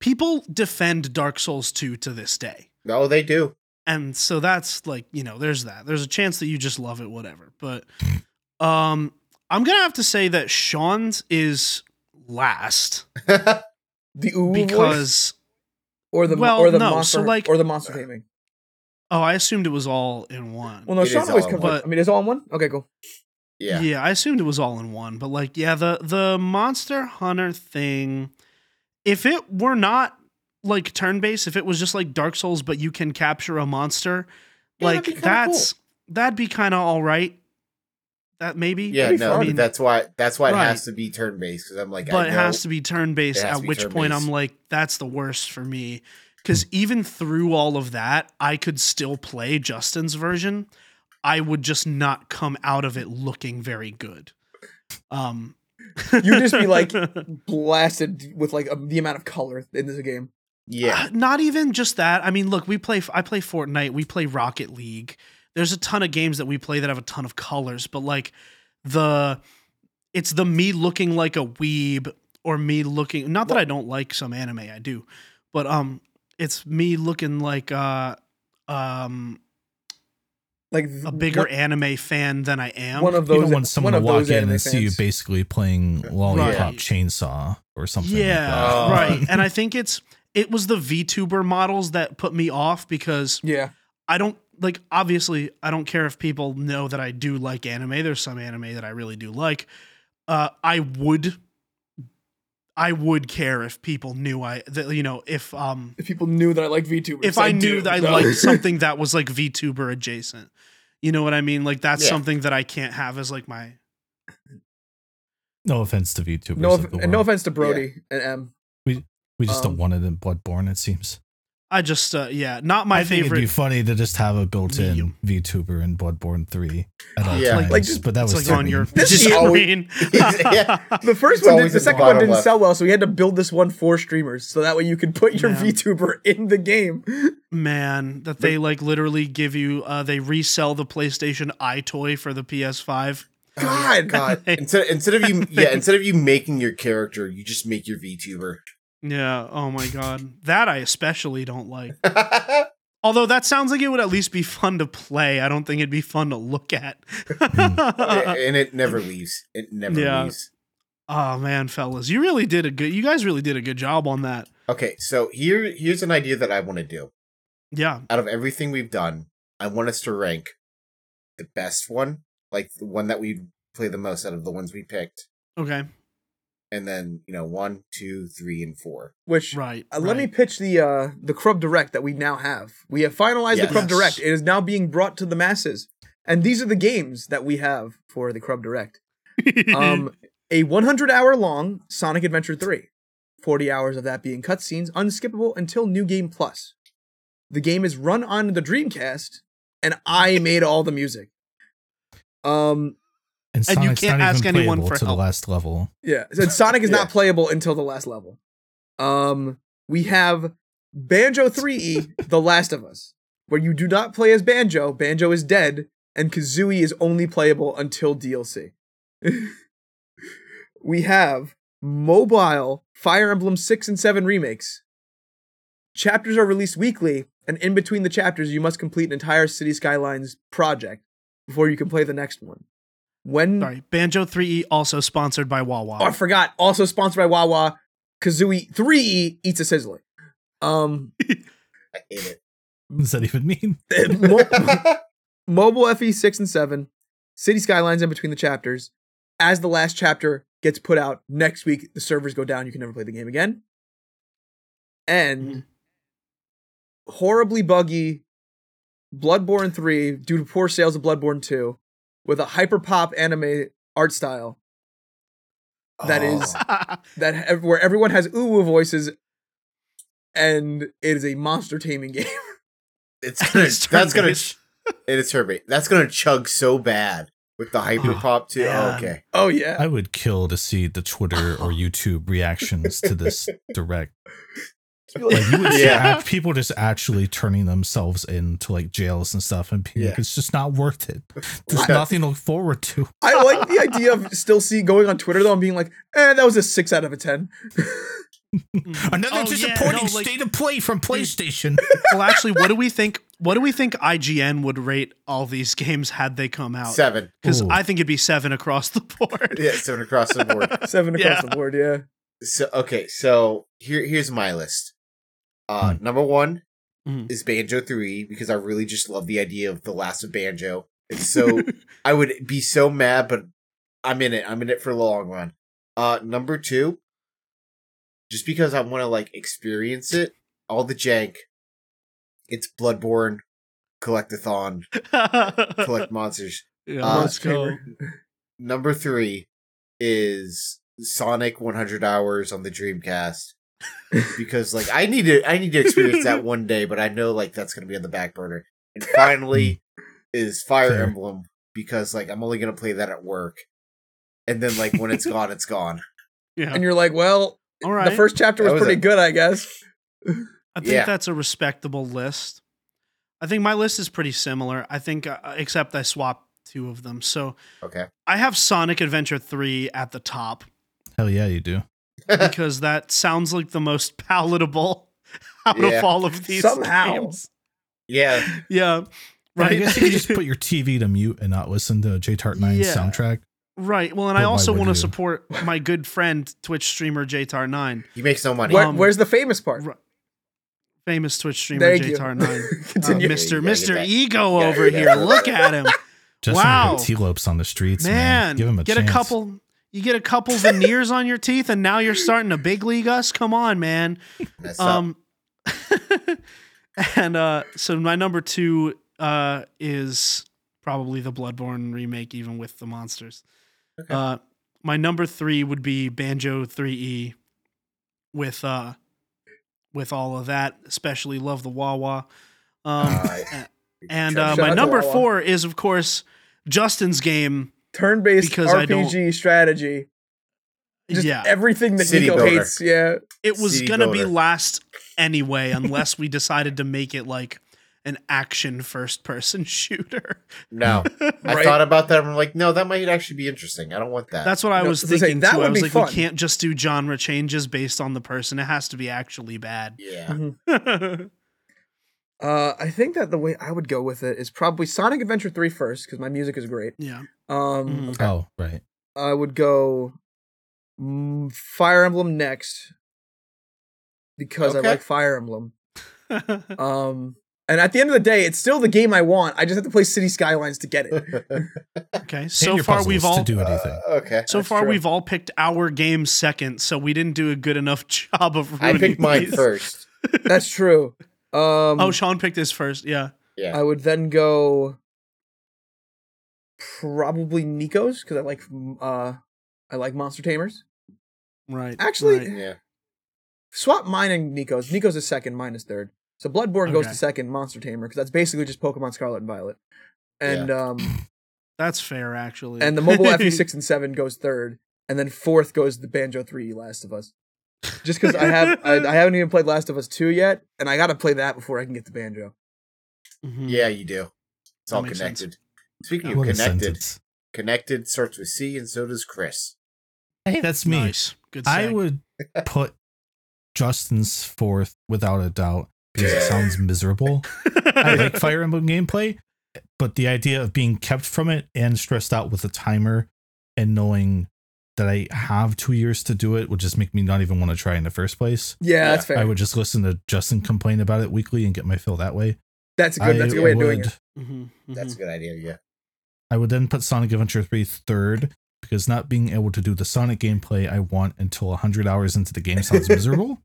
people defend Dark Souls 2 to this day. No, they do. [laughs] And so that's like, you know, there's that. There's a chance that you just love it, whatever. [laughs] But um I'm gonna have to say that Sean's is last the ooh voice because or the well, or the no, monster so, like- or the monster taming. oh, I assumed it was all in one. Well, no, It Sean is always all comes. one. With, I mean, it's all in one. Okay, cool. Yeah. I assumed it was all in one, but like, yeah, the the Monster Hunter thing, if it were not like turn based, if it was just like Dark Souls, but you can capture a monster, Yeah, that'd like be kinda that's that'd be kind of all right. That maybe, Yeah, That'd be no, fun. but I mean- that's why that's why Right. it has to be turn based because I'm like, but I it know, has to be turn based. It has At to be which point, I'm turn-based. like, that's the worst for me, because even through all of that, I could still play Justin's version. I would just not come out of it looking very good. Um, You'd just be [laughs] like- blasted with like a, the amount of color in this game. yeah, Uh, not even just that. I mean, look, we play. I play Fortnite. We play Rocket League. There's a ton of games that we play that have a ton of colors, but like the, it's the me looking like a weeb or me looking. Not that I don't like some anime, I do, but um, it's me looking like uh, um, Like a th- bigger one- anime fan than I am. one of you those. don't want someone one of to walk those in anime and see you fans. basically playing lollipop Right. chainsaw or something. like yeah, that. Oh. right. And I think it's it was the VTuber models that put me off because Yeah, I don't like obviously I don't care if people know that I do like anime. There's some anime that I really do like. Uh I would I would care if people knew I that you know if um if people knew that I liked VTubers, if I, knew do, that I so- [laughs] liked something that was like VTuber adjacent. You know what I mean? Like that's Yeah. something that I can't have as like my No offense to VTubers. no, of off- the and no world. offense to Brody and M. We just um, don't want it in Bloodborne. It seems. I just uh, yeah, not my I think favorite. It'd be funny to just have a built-in medium. VTuber in Bloodborne Three at all Yeah. times. Like, just- but that it's was like on [laughs] your threatening. This is screen. Yeah. The first It's one, did, always the at the second one bottom didn't left. sell well, so we had to build this one for streamers, so that way you could put your Yeah. VTuber [laughs] in the game. [laughs] man that they like literally give you uh they resell the PlayStation iToy for the PS5. [laughs] God. Oh, God. Instead, instead of you, [laughs] yeah, instead of you making your character, you just make your VTuber. [laughs] Yeah, oh my god. That I especially don't like. Although that sounds like it would at least be fun to play. I don't think it'd be fun to look at. [laughs] and it never leaves. It never Yeah. leaves. oh man, fellas. You really did a good you guys really did a good job on that. Okay, so here here's an idea that I want to do. Yeah. Out of everything we've done, I want us to rank the best one, like the one that we play the most out of the ones we picked, Okay. and then you know one, two, three, and four. Which Right. Uh, Let me right. pitch the uh, the Crub Direct that we now have. We have finalized Yes. the Crub Yes. Direct. It is now being brought to the masses, and these are the games that we have for the Crub Direct. Um, a 100 hour long Sonic Adventure 3, 40 hours of that being cutscenes, unskippable until New Game Plus. The game is run on the Dreamcast, and I made all the music. Um, and, and you Sonic's can't not ask even anyone playable for to help. the last level. Yeah. So Sonic is Yeah. not playable until the last level. Um, we have Banjo 3E, The Last of Us, where you do not play as Banjo. Banjo is dead, and Kazooie is only playable until DLC. [laughs] we have mobile Fire Emblem 6 and 7 remakes. Chapters are released weekly, and in between the chapters, you must complete an entire City Skylines project before you can play the next one. When [laughs] Sorry. Banjo 3E also sponsored by Wawa. Oh, I forgot. Also sponsored by Wawa, Kazooie 3E eats a sizzling. Um, [laughs] I hate What does that even mean? [laughs] mo- [laughs] it. mobile FE6 and 7, City Skylines in between the chapters. As the last chapter gets put out next week, the servers go down. You can never play the game again. And Mhm. horribly buggy Bloodborne 3 due to poor sales of Bloodborne 2 with a hyper pop anime art style That Oh. is- [laughs] that ev- where everyone has uwu voices and it is a monster taming [laughs] game. it's gonna, It's that's gonna turn-based. it is turbate. That's gonna chug so bad with the hyper pop too. man. Oh, okay, Oh yeah. [laughs] I would kill to see the Twitter [laughs] or YouTube reactions to this direct. Like you would see Yeah. act- people just actually turning themselves into like jails and stuff, and people Yeah. like, it's just not worth [laughs] it. There's Yeah. nothing to look forward to. I like [laughs] the idea of still see going on Twitter though and being like, eh, that was a six out of a ten. Mm. Oh, yeah, no, like- of play from PlayStation. well, actually, what do we think? What do we think IGN would rate all these games had they come out? seven. Because Ooh. I think it'd be seven across the board. [laughs] Yeah, seven across the board. Seven across Yeah. the board, yeah. So okay, so here here's my list. Uh number one Mhm. is Banjo 3 because I really just love the idea of the last of Banjo. It's so I would be so mad but I'm in it. I'm in it for the long run. Uh, number two, just because I want to like experience it, all the jank. It's Bloodborne, collectathon, collect monsters. yeah, uh, let's go. Number three is Sonic 100 Hours on the Dreamcast because like I need to I need to [laughs] experience that one day, but I know like that's gonna be on the back burner. And [laughs] finally is Fire Fair. Emblem because like I'm only gonna play that at work, and then like when it's gone, it's gone. Yeah. And you're like, well, All right. the first chapter That was, was pretty a- good, I guess. I think Yeah. that's a respectable list. I think my list is pretty similar. I think, uh, except I swapped two of them. So Okay, I have Sonic Adventure 3 at the [laughs] top [laughs] Hell yeah, you do. because that sounds like the most palatable [laughs] out Yeah. of all of these Somehow. games. yeah, Yeah. Right. I Right. guess you [laughs] could just put your TV to mute and not listen to J Tart 9's Yeah. soundtrack. right. Well, and But I why also would want to you? support my good friend, Twitch streamer JTAR9, he makes no money. Where, Um, where's the famous part? Ru- famous Twitch streamer Thank you. [laughs] [laughs] JTAR9. Uh, Continue. yeah, Mr. you gotta get Mr. that. Ego Yeah, over you here. gotta- Look at [laughs] him. Just Wow. wow. antelopes on the streets, man. man, Give him a get chance. a couple you get a couple veneers on your teeth and now you're starting to big league us come on man Messed up. um [laughs] and uh so my number two uh is probably the bloodborne remake even with the monsters Okay. uh my number three would be banjo 3e with uh with all of that especially love the wawa um Alright. and Shout uh, out my to number Wawa. four is of course justin's game Turn-based Because I don't- RPG strategy. Just yeah everything that City Nico builder. hates. Yeah. it was City gonna be builder. last anyway unless we decided to make it like an action first person [laughs] shooter no, I Right. thought about that. and I'm like, no, that might actually be interesting. I don't want that. that's what i No, I was was gonna say, thinking that too i would was be like fun. we can't just do genre changes based on the person it has to be actually bad [laughs] yeah. [laughs] Uh, I think that the way I would go with it is probably Sonic Adventure 3 first, because my music is great. yeah Um, Mhm. [laughs] okay. Oh, right. I would go mm, Fire Emblem next because Okay. I like Fire Emblem. Um, and at the end of the day, it's still the game I want. I just have to play City Skylines to get it. okay And so your far puzzles we've all to do anything. Uh, okay. so That's far true. we've all picked our game second so we didn't do a good enough [laughs] job of I ruining picked mine these. first. [laughs] That's true. Um, oh sean picked his first yeah Yeah. I would then go probably Nico's because I like uh, I like Monster Tamers. right Actually, right. yeah. swap mine and Nico's. Nico's is second, mine is third. So Bloodborne goes to Okay. second, Monster Tamer, because that's basically just Pokemon Scarlet and Violet. And um that's fair actually [laughs] and the [laughs] mobile FE six and seven goes third, and then fourth goes the Banjo Three Last of Us. Just because I have I, I haven't even played Last of Us two yet, and I gotta play that before I can get to Banjo. Mhm. Yeah, you do. It's That all makes connected. sense. Speaking of What a connected, sentence. connected starts with C, and so does Chris. Hey, that's me. nice good [laughs] I seg. would put Justin's fourth without a doubt because it sounds [laughs] miserable. I like Fire Emblem gameplay, but the idea of being kept from it and stressed out with a timer and knowing that I have two years to do it would just make me not even want to try in the first place. Yeah, Yeah, that's fair. I would just listen to Justin complain about it weekly and get my fill that way. that's a good that's a good way of doing it. Mhm, That's a good idea. Yeah. I would then put Sonic Adventure 3 third because not being able to do the Sonic gameplay I want until 100 hours into the game sounds miserable.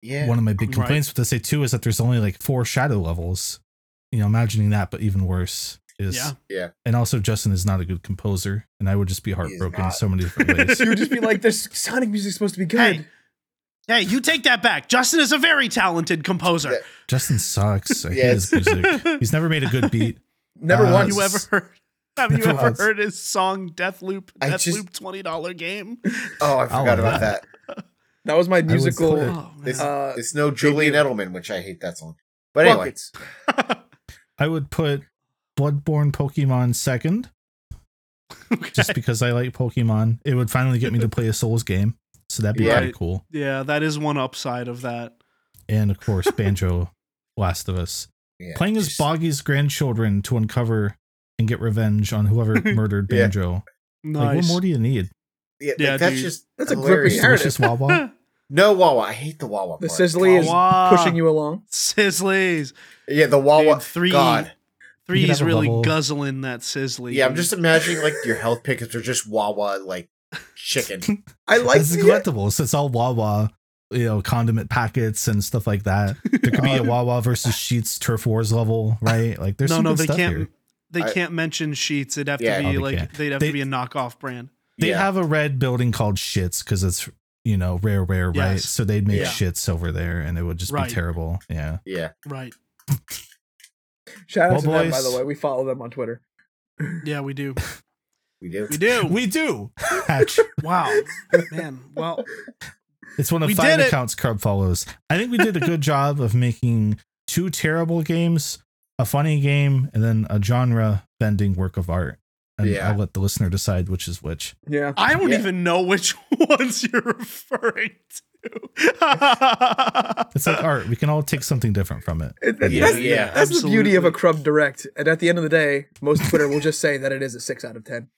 Yeah. one of my big Right. complaints with SA2 is that there's only like four shadow levels. You know, imagining that, but even worse is. Yeah. Yeah. And also, Justin is not a good composer, and I would just be heartbroken in not. so many different [laughs] ways. You would just be like, "This Sonic music's supposed to be good." Hey, hey, you take that back. Justin is a very talented composer. Yeah. Justin sucks. I Yeah, hate [laughs] his music. He's never made a good beat. Never uh, once. Have you ever heard? Have [laughs] you Never ever was. heard his song "Deathloop"? I Deathloop just- twenty dollar [laughs] game. Oh, I forgot Oh, about yeah. that. that was my would musical. play it. Oh, It's, man. Uh, it's no Julian Edelman, which I hate that song. But anyway, buckets. I would put Bloodborne Pokemon second, [laughs] Okay. just because I like Pokemon. It would finally get me to play a Souls game, so that'd be pretty Right. cool. yeah, that is one upside of that. And of course, Banjo, Last of Us. yeah, playing as just- Boggy's grandchildren to uncover and get revenge [laughs] on whoever murdered Yeah. Banjo. Like, what Nice. [laughs] more do you need? Yeah, like, Yeah, that's dude. just That's a gripping hilarious. narrative. Delicious [laughs] Wawa. No Wawa. I hate the Wawa. The part. Sizzly is Wawa. pushing you along. Sizzlies. Yeah, the Wawa. Dude, three- God. You Three could is have a really bubble. guzzling that sizzly. Yeah, I'm just imagining like your health pickets are just Wawa like chicken. I like it's the, uh, collectibles. So it's all Wawa, you know, condiment packets and stuff like oh, that. There could be a Wawa versus Sheets Turf Wars level, right? Like there's no, some no, good they stuff can't. here. They I- can't mention sheets. It'd have Yeah. to Oh, be they like can't. they'd have They- to be a knockoff brand. They yeah. have a red building called Shits because it's you know rare, rare, right? Yes. So they'd make Yeah. Shits over there, and it would just Right. be terrible. Yeah. yeah. Right. shout out Well, to them by boys. the way. We follow them on Twitter. Yeah, we do. We do. We do. We do. [laughs] Hatch. wow. Man. Well, It's one of We five did it. accounts Crub follows. I think we did [laughs] a good job of making two terrible games, a funny game, and then a genre bending work of art. And Yeah. I'll let the listener decide which is which. Yeah. I don't Yeah. even know which [laughs] ones you're referring to. [laughs] It's like art. We can all take something different from it. It- it- Yeah, that's yeah, that's the beauty of a absolutely. Crub Direct. And at the end of the day, most Twitter will just say that it is a six out of ten.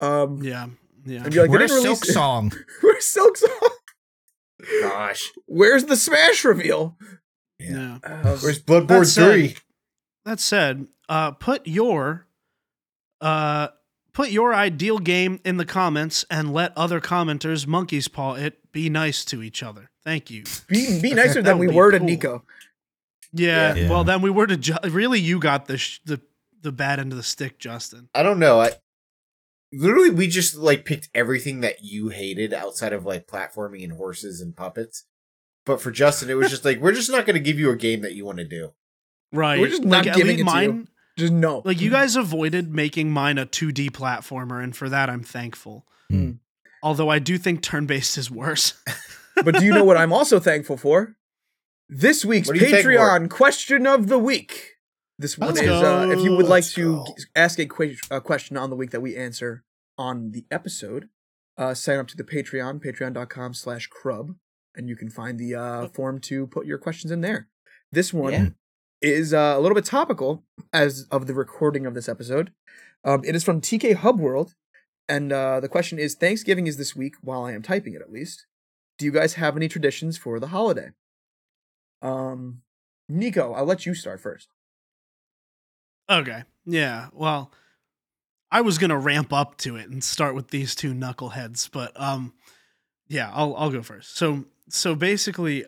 Um Yeah. Yeah. and be like, We're they a didn't silk release [laughs] [laughs] song. We're Silk Song. Gosh. Where's the Smash reveal? Yeah. Yeah. Um, Where's Bloodborne That's uh, it. 3? That said, uh, put your uh, put your ideal game in the comments and let other commenters monkey's paw it. Be nice to each other. Thank you. be, be nicer That than we would be were to cool. Nico. [laughs] Yeah. Yeah. Well, then we were to ju- really you got the sh- the the bad end of the stick, Justin. I don't know. I literally we just like picked everything that you hated outside of like platforming and horses and puppets. But for Justin, it was just like we're just not going to give you a game that you want to do. Right. We're just not at giving least it to you. mine. Just no. Like you guys avoided making mine a 2D platformer, and for that I'm thankful. Hmm. Although I do think turn-based is worse. but do you know what I'm also thankful [laughs] for? This week's What do you thank Patreon question of the week. This one Let's is uh, go. if you would like Let's to go. g- ask a, que- a question on the week that we answer on the episode, uh, sign up to the Patreon, patreon.com slash crub, and you can find the uh, form to put your questions in there. This one Yeah. is uh, a little bit topical as of the recording of this episode. Um, it is from TK Hub World, and uh, the question is Thanksgiving is this week while I am typing it at least. Do you guys have any traditions for the holiday? Um, Nico, I'll let you start first. Okay. Yeah. Well, I was gonna ramp up to it and start with these two knuckleheads, but um, yeah, I'll I'll go first. So so basically,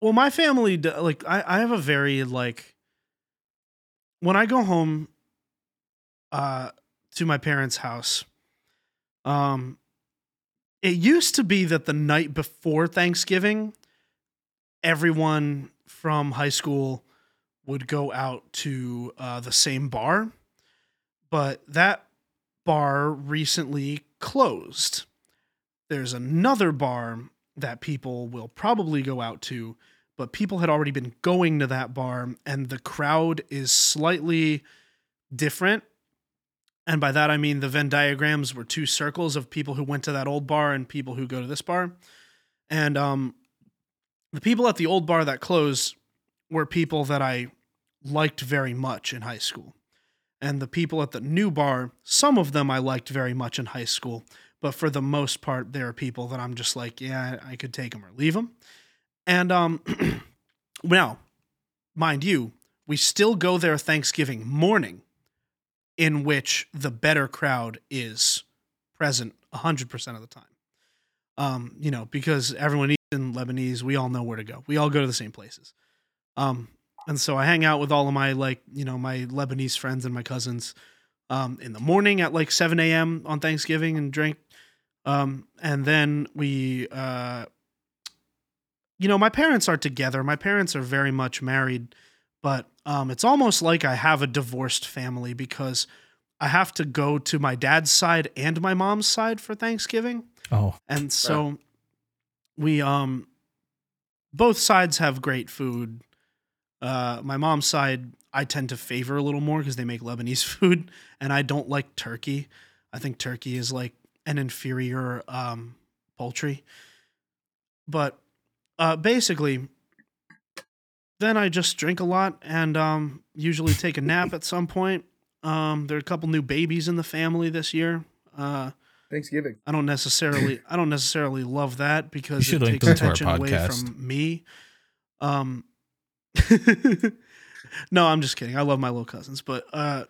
well, my family d- like I I have a very like when I go home, uh, to my parents' house, um, it used to be that the night before Thanksgiving, everyone from high school would go out to uh, the same bar, but that bar recently closed. There's another bar that people will probably go out to, but people had already been going to that bar, and the crowd is slightly different. And by that, I mean the Venn diagrams were two circles of people who went to that old bar and people who go to this bar. And um, the people at the old bar that closed were people that I liked very much in high school. And the people at the new bar, some of them I liked very much in high school, but for the most part, there are people that I'm just like, yeah, I could take them or leave them. And um, [clears throat] now, mind you, we still go there Thanksgiving morning, in which the better crowd is present 100% of the time. Um, you know, because everyone eats in Lebanese, we all know where to go. We all go to the same places. Um, and so I hang out with all of my like you know my Lebanese friends and my cousins um, in the morning at like 7 a.m. on Thanksgiving and drink, um, and then we uh, you know my parents are together. My parents are very much married, but um, it's almost like I have a divorced family because I have to go to my dad's side and my mom's side for Thanksgiving. Oh, And so we um both sides have great food. Uh my mom's side I tend to favor a little more cuz they make Lebanese [laughs] food and I don't like turkey. I think turkey is like an inferior um poultry. But uh basically then I just drink a lot and um usually take a nap at some point. Um there are a couple new babies in the family this year. Uh Thanksgiving. I don't [clears throat] necessarily I don't necessarily love that because it You should link takes them to our attention away podcast. from me. Um [laughs] No, I'm just kidding. I love my little cousins, but uh,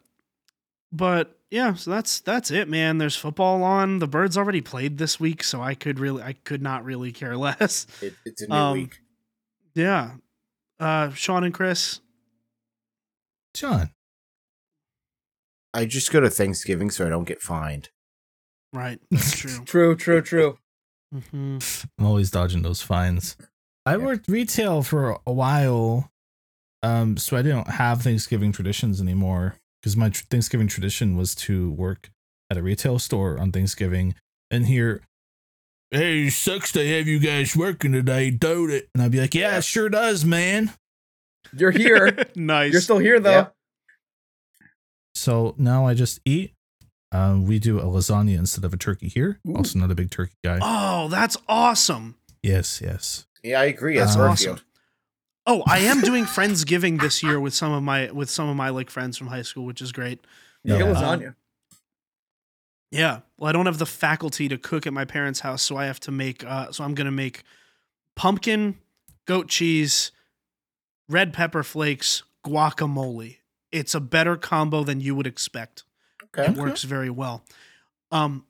but yeah. So that's that's it, man. There's football on. The birds already played this week, so I could really, I could not really care [laughs] less. It, it's a new Um, week. Yeah. Uh, Sean and Chris. John, I just go to Thanksgiving so I don't get fined. Right. That's [laughs] true. [laughs] True, true, true. hmm I'm always dodging those fines. I Yeah. worked retail for a while, um, so I didn't have Thanksgiving traditions anymore because my tr- Thanksgiving tradition was to work at a retail store on Thanksgiving and hear, "Hey, sucks to have you guys working today, don't it?" And I'd be like, "Yeah, it sure does, man." You're here. [laughs] nice. You're still here though. Yeah. So now I just eat. Um, we do a lasagna instead of a turkey here. Ooh. Also, not a big turkey guy. oh, that's awesome. Yes, yes. Yeah, I agree. That's Uh, Garfield. Oh, I am doing friendsgiving this year with some of my with some of my like friends from high school, which is great. You get Yeah. lasagna. Yeah. Well, I don't have the faculty to cook at my parents' house, so I have to make. Uh, so I'm gonna make pumpkin, goat cheese, red pepper flakes, guacamole. It's a better combo than you would expect. Okay. It works very well. Um,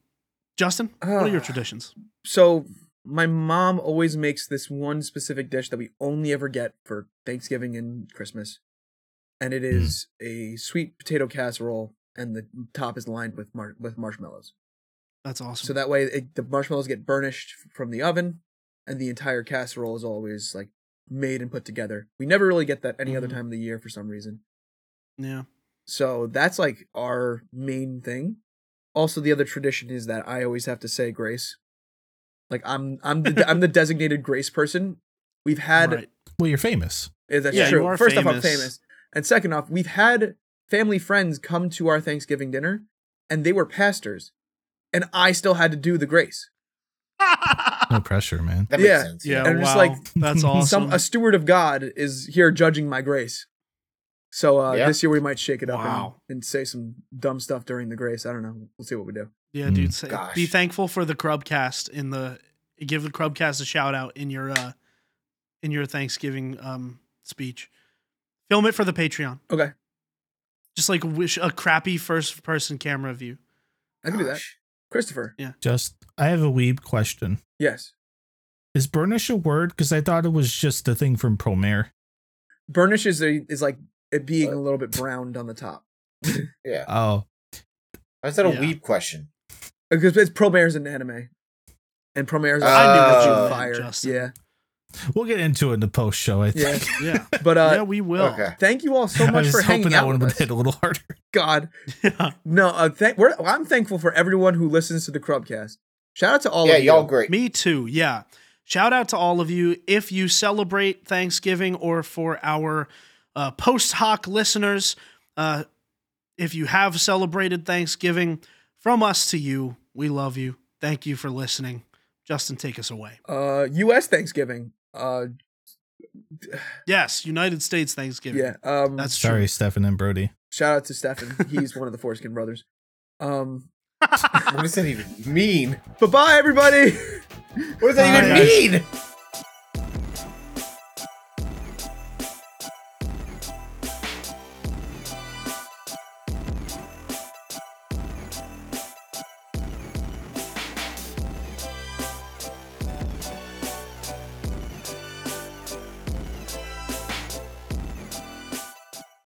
Justin, what Ah. are your traditions? so my mom always makes this one specific dish that we only ever get for Thanksgiving and Christmas. And it is a sweet potato casserole and the top is lined with mar- with marshmallows. That's awesome. So that way it, the marshmallows get burnished from the oven and the entire casserole is always like made and put together. We never really get that any other Mhm. time of the year for some reason. yeah. So that's like our main thing. Also, the other tradition is that I always have to say grace. Like I'm, I'm the, [laughs] I'm the designated grace person. We've had [laughs] right. [laughs] Well, you're famous. eh, that's Yeah, you true. are First off, I'm famous. famous, and second off, we've had family friends come to our Thanksgiving dinner, and they were pastors, and I still had to do the grace. No pressure, man. That makes Yeah. sense. yeah. And wow. just like that's awesome. [laughs] Some a steward of God is here judging my grace. So uh, Yeah. this year we might shake it up and- Wow. and, say some dumb stuff during the grace. I don't know. We'll see what we do. Yeah, Mm. dude. Say, Gosh. be thankful for the Crubcast in the give the Crubcast a shout out in your uh in your Thanksgiving um speech. Film it for the Patreon. Okay, Just like wish a crappy first person camera view. I can do that. Gosh. Christopher, Just, I have a weeb question. yes. Is burnish a word? Because I thought it was just a thing from Promare. Burnish is a, is like it being a little bit browned on the top Yeah. Oh, Is that a Yeah. weeb question? because Uh, it's Promare's an anime, and Promare's I knew what you meant, fire. Justin. Yeah, we'll get into it in the post show. I yeah. think. Yeah. But uh, yeah, we will. [laughs] Okay. thank you all so [laughs] I much was for hoping hanging that out one with would us. hit a little harder. God, Yeah. no. Uh, thank. We're, I'm thankful for everyone who listens to the Crubcast. Shout out to all yeah, of you. y'all great. Me too. Yeah. Shout out to all of you. If you celebrate Thanksgiving or for our uh, post hoc listeners, uh, if you have celebrated Thanksgiving, from us to you, we love you. Thank you for listening. Justin, take us away. Uh, U.S. Thanksgiving. Uh, Yes, United States Thanksgiving. yeah. Um, That's Sorry, Stefan and Brody. shout out to Stefan. He's one of the Forskin brothers. Um, What does that even mean? but bye everybody. [laughs] What does that Bye, even guys. mean?